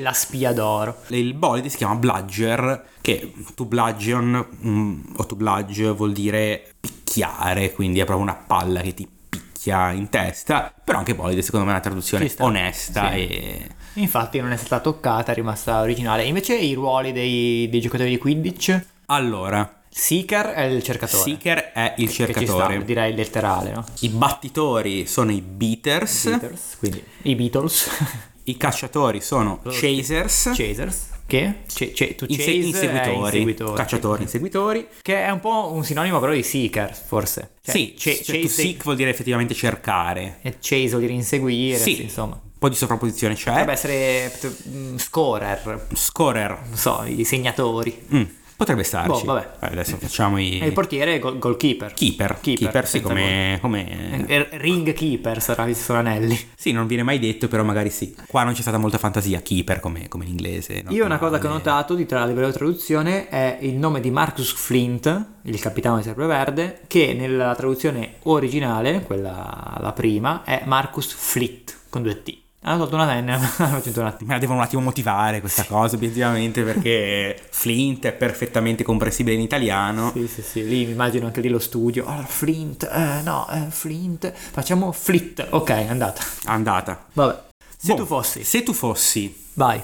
Speaker 1: [LAUGHS] La spia d'oro.
Speaker 2: il bolide si chiama Bludger, che to bludgeon mm, o to bludge vuol dire picchiare, quindi è proprio una palla che ti picchia in testa, però anche bolide secondo me è una
Speaker 1: Ci
Speaker 2: traduzione
Speaker 1: sta.
Speaker 2: onesta
Speaker 1: Sì.
Speaker 2: e...
Speaker 1: Infatti non è stata toccata, è rimasta originale. Invece i ruoli dei, dei giocatori di Quidditch.
Speaker 2: Allora,
Speaker 1: Seeker è il cercatore.
Speaker 2: Seeker è il
Speaker 1: Certo. Che ci sta,
Speaker 2: cercatore,
Speaker 1: direi letterale, no?
Speaker 2: i battitori sono i beaters,
Speaker 1: Beatles, quindi i Beatles.
Speaker 2: [LAUGHS] i cacciatori sono chasers,
Speaker 1: Chasers. Che? Ce- ce- to
Speaker 2: Inse-
Speaker 1: chase è
Speaker 2: inseguitori,
Speaker 1: inseguitore.
Speaker 2: cacciatori, inseguitori.
Speaker 1: Che è un po' un sinonimo però di seeker, forse. Cioè,
Speaker 2: sì,
Speaker 1: ce-
Speaker 2: cioè, to
Speaker 1: chase-
Speaker 2: seek vuol dire effettivamente cercare.
Speaker 1: e chase vuol dire inseguire,
Speaker 2: Sì.
Speaker 1: sì, insomma.
Speaker 2: Un po' di sovrapposizione c'è.
Speaker 1: Potrebbe essere mm, scorer,
Speaker 2: Scorer.
Speaker 1: non so, i segnatori.
Speaker 2: Mm. Potrebbe
Speaker 1: Boh,
Speaker 2: starci.
Speaker 1: vabbè.
Speaker 2: Eh, Adesso facciamo i...
Speaker 1: E il portiere è gol- goalkeeper.
Speaker 2: Keeper. Keeper, sì,
Speaker 1: senza
Speaker 2: come... come-
Speaker 1: gol. Eh, Ring keeper sarà il Solanelli.
Speaker 2: Sì, non viene mai detto, però magari sì. Qua non c'è stata molta fantasia, keeper come, come in inglese. no?
Speaker 1: Io una cosa che ho
Speaker 2: Normale.
Speaker 1: notato di tra la livello di traduzione è il nome di Marcus Flint, il capitano di Serpeverde, che nella traduzione originale, quella la prima, è Marcus Flitt con due T. Hanno tolto una N, [LAUGHS] hanno aggiunto una T.
Speaker 2: Me la devono un attimo motivare questa cosa, obiettivamente, perché Flint è perfettamente comprensibile in italiano.
Speaker 1: Sì, sì, sì, lì mi immagino anche lì lo studio. Allora, Flint, eh, no, eh, Flint, facciamo Flitt. Ok, è andata.
Speaker 2: Andata.
Speaker 1: Vabbè. Se
Speaker 2: Boh,
Speaker 1: tu fossi,
Speaker 2: Se tu fossi.
Speaker 1: vai.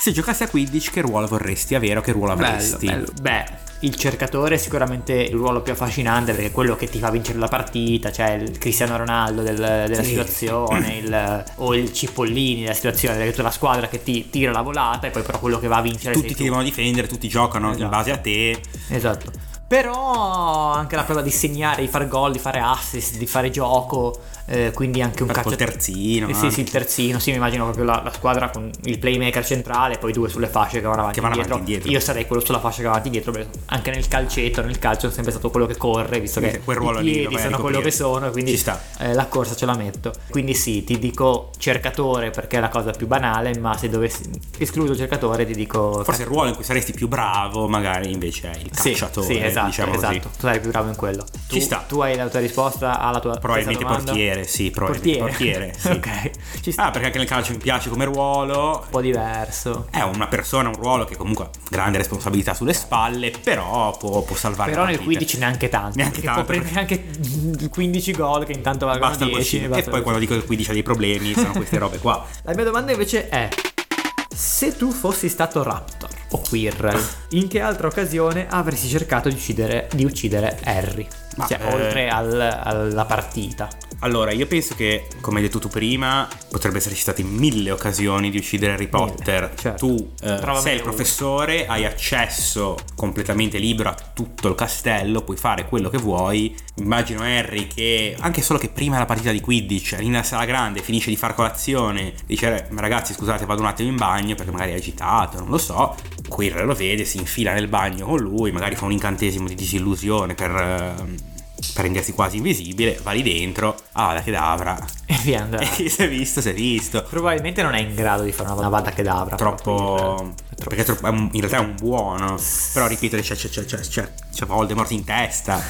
Speaker 2: Se giocassi a Quidditch, che ruolo vorresti avere o che ruolo
Speaker 1: Bello,
Speaker 2: avresti?
Speaker 1: bello. Beh, il cercatore è sicuramente il ruolo più affascinante perché è quello che ti fa vincere la partita, cioè il Cristiano Ronaldo del- della
Speaker 2: Sì.
Speaker 1: situazione, il- o il Cipollini della situazione, perché tutta la squadra che ti tira la volata e poi però quello che va a vincere
Speaker 2: Tutti
Speaker 1: sei
Speaker 2: ti
Speaker 1: tu.
Speaker 2: devono difendere, tutti giocano in
Speaker 1: Esatto.
Speaker 2: base a te.
Speaker 1: Esatto. Però anche la cosa di segnare, di fare gol, di fare assist, di fare gioco, eh, quindi anche un
Speaker 2: Fatto
Speaker 1: calcio
Speaker 2: il terzino,
Speaker 1: Eh, sì,
Speaker 2: anche.
Speaker 1: sì, il terzino, sì, mi immagino proprio la, la squadra con il playmaker centrale, poi due sulle fasce che vanno avanti,
Speaker 2: Che vanno
Speaker 1: e indietro.
Speaker 2: avanti e indietro.
Speaker 1: Io sarei quello sulla fascia che va avanti e indietro, perché anche nel calcetto, nel calcio sono sempre stato quello che corre, visto
Speaker 2: Sì,
Speaker 1: che
Speaker 2: quel ruolo
Speaker 1: i
Speaker 2: lì lo
Speaker 1: piedi
Speaker 2: vai a
Speaker 1: sono
Speaker 2: ricoprire.
Speaker 1: quello che sono, quindi
Speaker 2: Ci sta.
Speaker 1: eh, la corsa ce la metto. Quindi sì, ti dico cercatore perché è la cosa più banale, ma se dovessi escluso il cercatore ti dico
Speaker 2: Forse il ruolo in cui saresti più bravo, magari invece è il
Speaker 1: sì,
Speaker 2: calciatore.
Speaker 1: sì, esatto,
Speaker 2: diciamo così.
Speaker 1: esatto. Tu sarai più bravo in quello. Tu,
Speaker 2: Ci sta.
Speaker 1: Tu hai la tua risposta alla tua
Speaker 2: Probabilmente
Speaker 1: stessa domanda?
Speaker 2: portiere, sì, probabilmente
Speaker 1: Portiere.
Speaker 2: portiere. sì.
Speaker 1: [LAUGHS] ok. Ci sta.
Speaker 2: Ah, perché anche nel calcio mi piace come ruolo.
Speaker 1: Un po' diverso.
Speaker 2: È una persona, un ruolo che comunque ha grande responsabilità sulle spalle, però può, può salvare
Speaker 1: Però
Speaker 2: la
Speaker 1: nel
Speaker 2: partita.
Speaker 1: 15 neanche tanto.
Speaker 2: Neanche
Speaker 1: perché
Speaker 2: tanto,
Speaker 1: può prendere anche 15 gol che intanto valgono
Speaker 2: Basta il
Speaker 1: 10.
Speaker 2: goccino.
Speaker 1: basta
Speaker 2: E poi
Speaker 1: il
Speaker 2: quando dico che il 15 ha dei problemi,
Speaker 1: [LAUGHS]
Speaker 2: sono queste robe qua.
Speaker 1: La mia domanda invece è: se tu fossi stato Raptor o
Speaker 2: [LAUGHS]
Speaker 1: Quirrell, in che altra occasione avresti cercato di uccidere, di uccidere Harry?
Speaker 2: Ma,
Speaker 1: cioè,
Speaker 2: eh,
Speaker 1: oltre al- alla partita. [LAUGHS]
Speaker 2: Allora, io penso che, come hai detto tu prima, potrebbe esserci state mille occasioni di uccidere Harry Potter.
Speaker 1: certo.
Speaker 2: Tu eh,
Speaker 1: Trovamene
Speaker 2: sei il
Speaker 1: una.
Speaker 2: professore, hai accesso completamente libero a tutto il castello, puoi fare quello che vuoi. Immagino Harry che, anche solo che prima della partita di Quidditch, in una sala grande, finisce di far colazione, dice "Eh, ragazzi scusate vado un attimo in bagno perché magari è agitato, non lo so. Quirrell lo vede, si infila nel bagno con lui, magari fa un incantesimo di disillusione per... ehm, per rendersi quasi invisibile, va lì dentro, ah la chedavra.
Speaker 1: E via andare.
Speaker 2: E [LAUGHS] si è visto, si è visto.
Speaker 1: Probabilmente non è in grado di fare una, una vada che davra. Quindi, eh,
Speaker 2: Troppo.
Speaker 1: troppo.
Speaker 2: Perché è troppo- è un- in realtà è un buono. Però ripeto, c'è, c'è, c'è, c'è, c'è, c'è Voldemort
Speaker 1: [LAUGHS]
Speaker 2: in testa.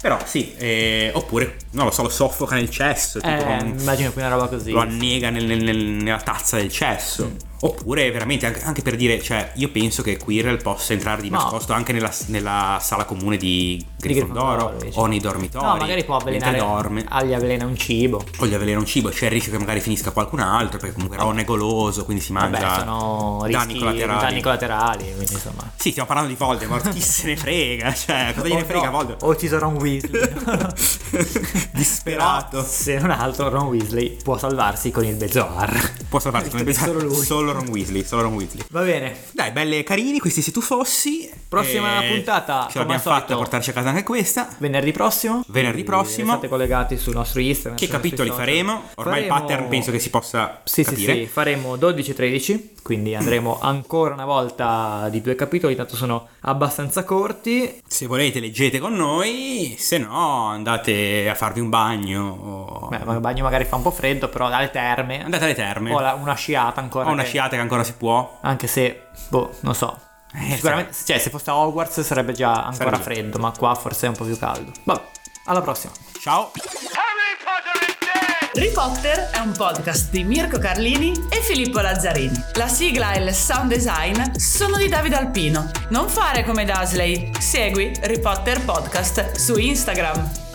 Speaker 2: Però sì, eh, oppure, non lo so, lo soffoca nel cesso. tipo
Speaker 1: Eh,
Speaker 2: con-
Speaker 1: immagino che una roba così.
Speaker 2: lo annega nel- nel- nel- nella tazza del cesso.
Speaker 1: Mm.
Speaker 2: Oppure veramente anche, anche per dire, cioè io penso che Quirrell possa entrare di
Speaker 1: No.
Speaker 2: nascosto anche nella, nella sala comune di
Speaker 1: Di
Speaker 2: Grifondoro
Speaker 1: Grifondoro,
Speaker 2: o nei
Speaker 1: dici.
Speaker 2: dormitori.
Speaker 1: No, magari può avvelenare.
Speaker 2: Mentre dorme.
Speaker 1: Ah, gli avvelena un cibo.
Speaker 2: O gli avvelena un cibo, c'è il rischio che magari finisca qualcun altro, perché comunque Ron è goloso, quindi si mangia
Speaker 1: Eh. Vabbè, sono
Speaker 2: danni
Speaker 1: rischi
Speaker 2: collaterali.
Speaker 1: danni collaterali, quindi insomma.
Speaker 2: Sì, stiamo parlando di
Speaker 1: [LAUGHS]
Speaker 2: Voldemort, chi se ne frega, cioè, cosa
Speaker 1: O
Speaker 2: gliene
Speaker 1: Oh, no, [LAUGHS]
Speaker 2: frega Voldemort?
Speaker 1: O ci sarà un
Speaker 2: [LAUGHS]
Speaker 1: Weasley. Però,
Speaker 2: Disperato.
Speaker 1: se non altro, Ron Weasley può salvarsi con il Bezoar.
Speaker 2: Può salvarsi come
Speaker 1: Visto che
Speaker 2: pensate,
Speaker 1: solo lui.
Speaker 2: solo Ron Weasley, solo Ron Weasley.
Speaker 1: Va bene.
Speaker 2: Dai, belle carini, questi se tu fossi.
Speaker 1: Prossima
Speaker 2: Eh,
Speaker 1: puntata,
Speaker 2: Ce
Speaker 1: come
Speaker 2: l'abbiamo
Speaker 1: al
Speaker 2: fatta
Speaker 1: solito.
Speaker 2: a portarci a casa anche questa.
Speaker 1: Venerdì prossimo.
Speaker 2: Venerdì prossimo.
Speaker 1: State collegati sul nostro Instagram.
Speaker 2: Che
Speaker 1: sui nostri
Speaker 2: capitoli
Speaker 1: social.
Speaker 2: faremo? Ormai il
Speaker 1: Faremo-
Speaker 2: pattern penso che si possa
Speaker 1: Sì, sì,
Speaker 2: capire.
Speaker 1: sì, faremo 12-13, quindi
Speaker 2: [LAUGHS]
Speaker 1: andremo ancora una volta di due capitoli, tanto sono abbastanza corti.
Speaker 2: Se volete leggete con noi, se no andate a farvi un bagno. o-
Speaker 1: Beh, ma il bagno magari fa un po' freddo, però dalle terme.
Speaker 2: Andate alle terme.
Speaker 1: Ho la- una sciata ancora.
Speaker 2: Ho una
Speaker 1: che-
Speaker 2: sciata che ancora si può.
Speaker 1: Anche se, boh, non so.
Speaker 2: Eh,
Speaker 1: Sicuramente, cioè, se fosse a Hogwarts sarebbe già ancora
Speaker 2: Sarebbe-
Speaker 1: freddo, ma qua forse è un po' più caldo. Vabbè, alla prossima.
Speaker 2: Ciao.
Speaker 3: Harry Potter is dead!
Speaker 5: Ricotter è un podcast di Mirko Carlini e Filippo Lazzarini. La sigla e il sound design sono di Davide Alpino. Non fare come Dasley, segui Ripotter Podcast su Instagram.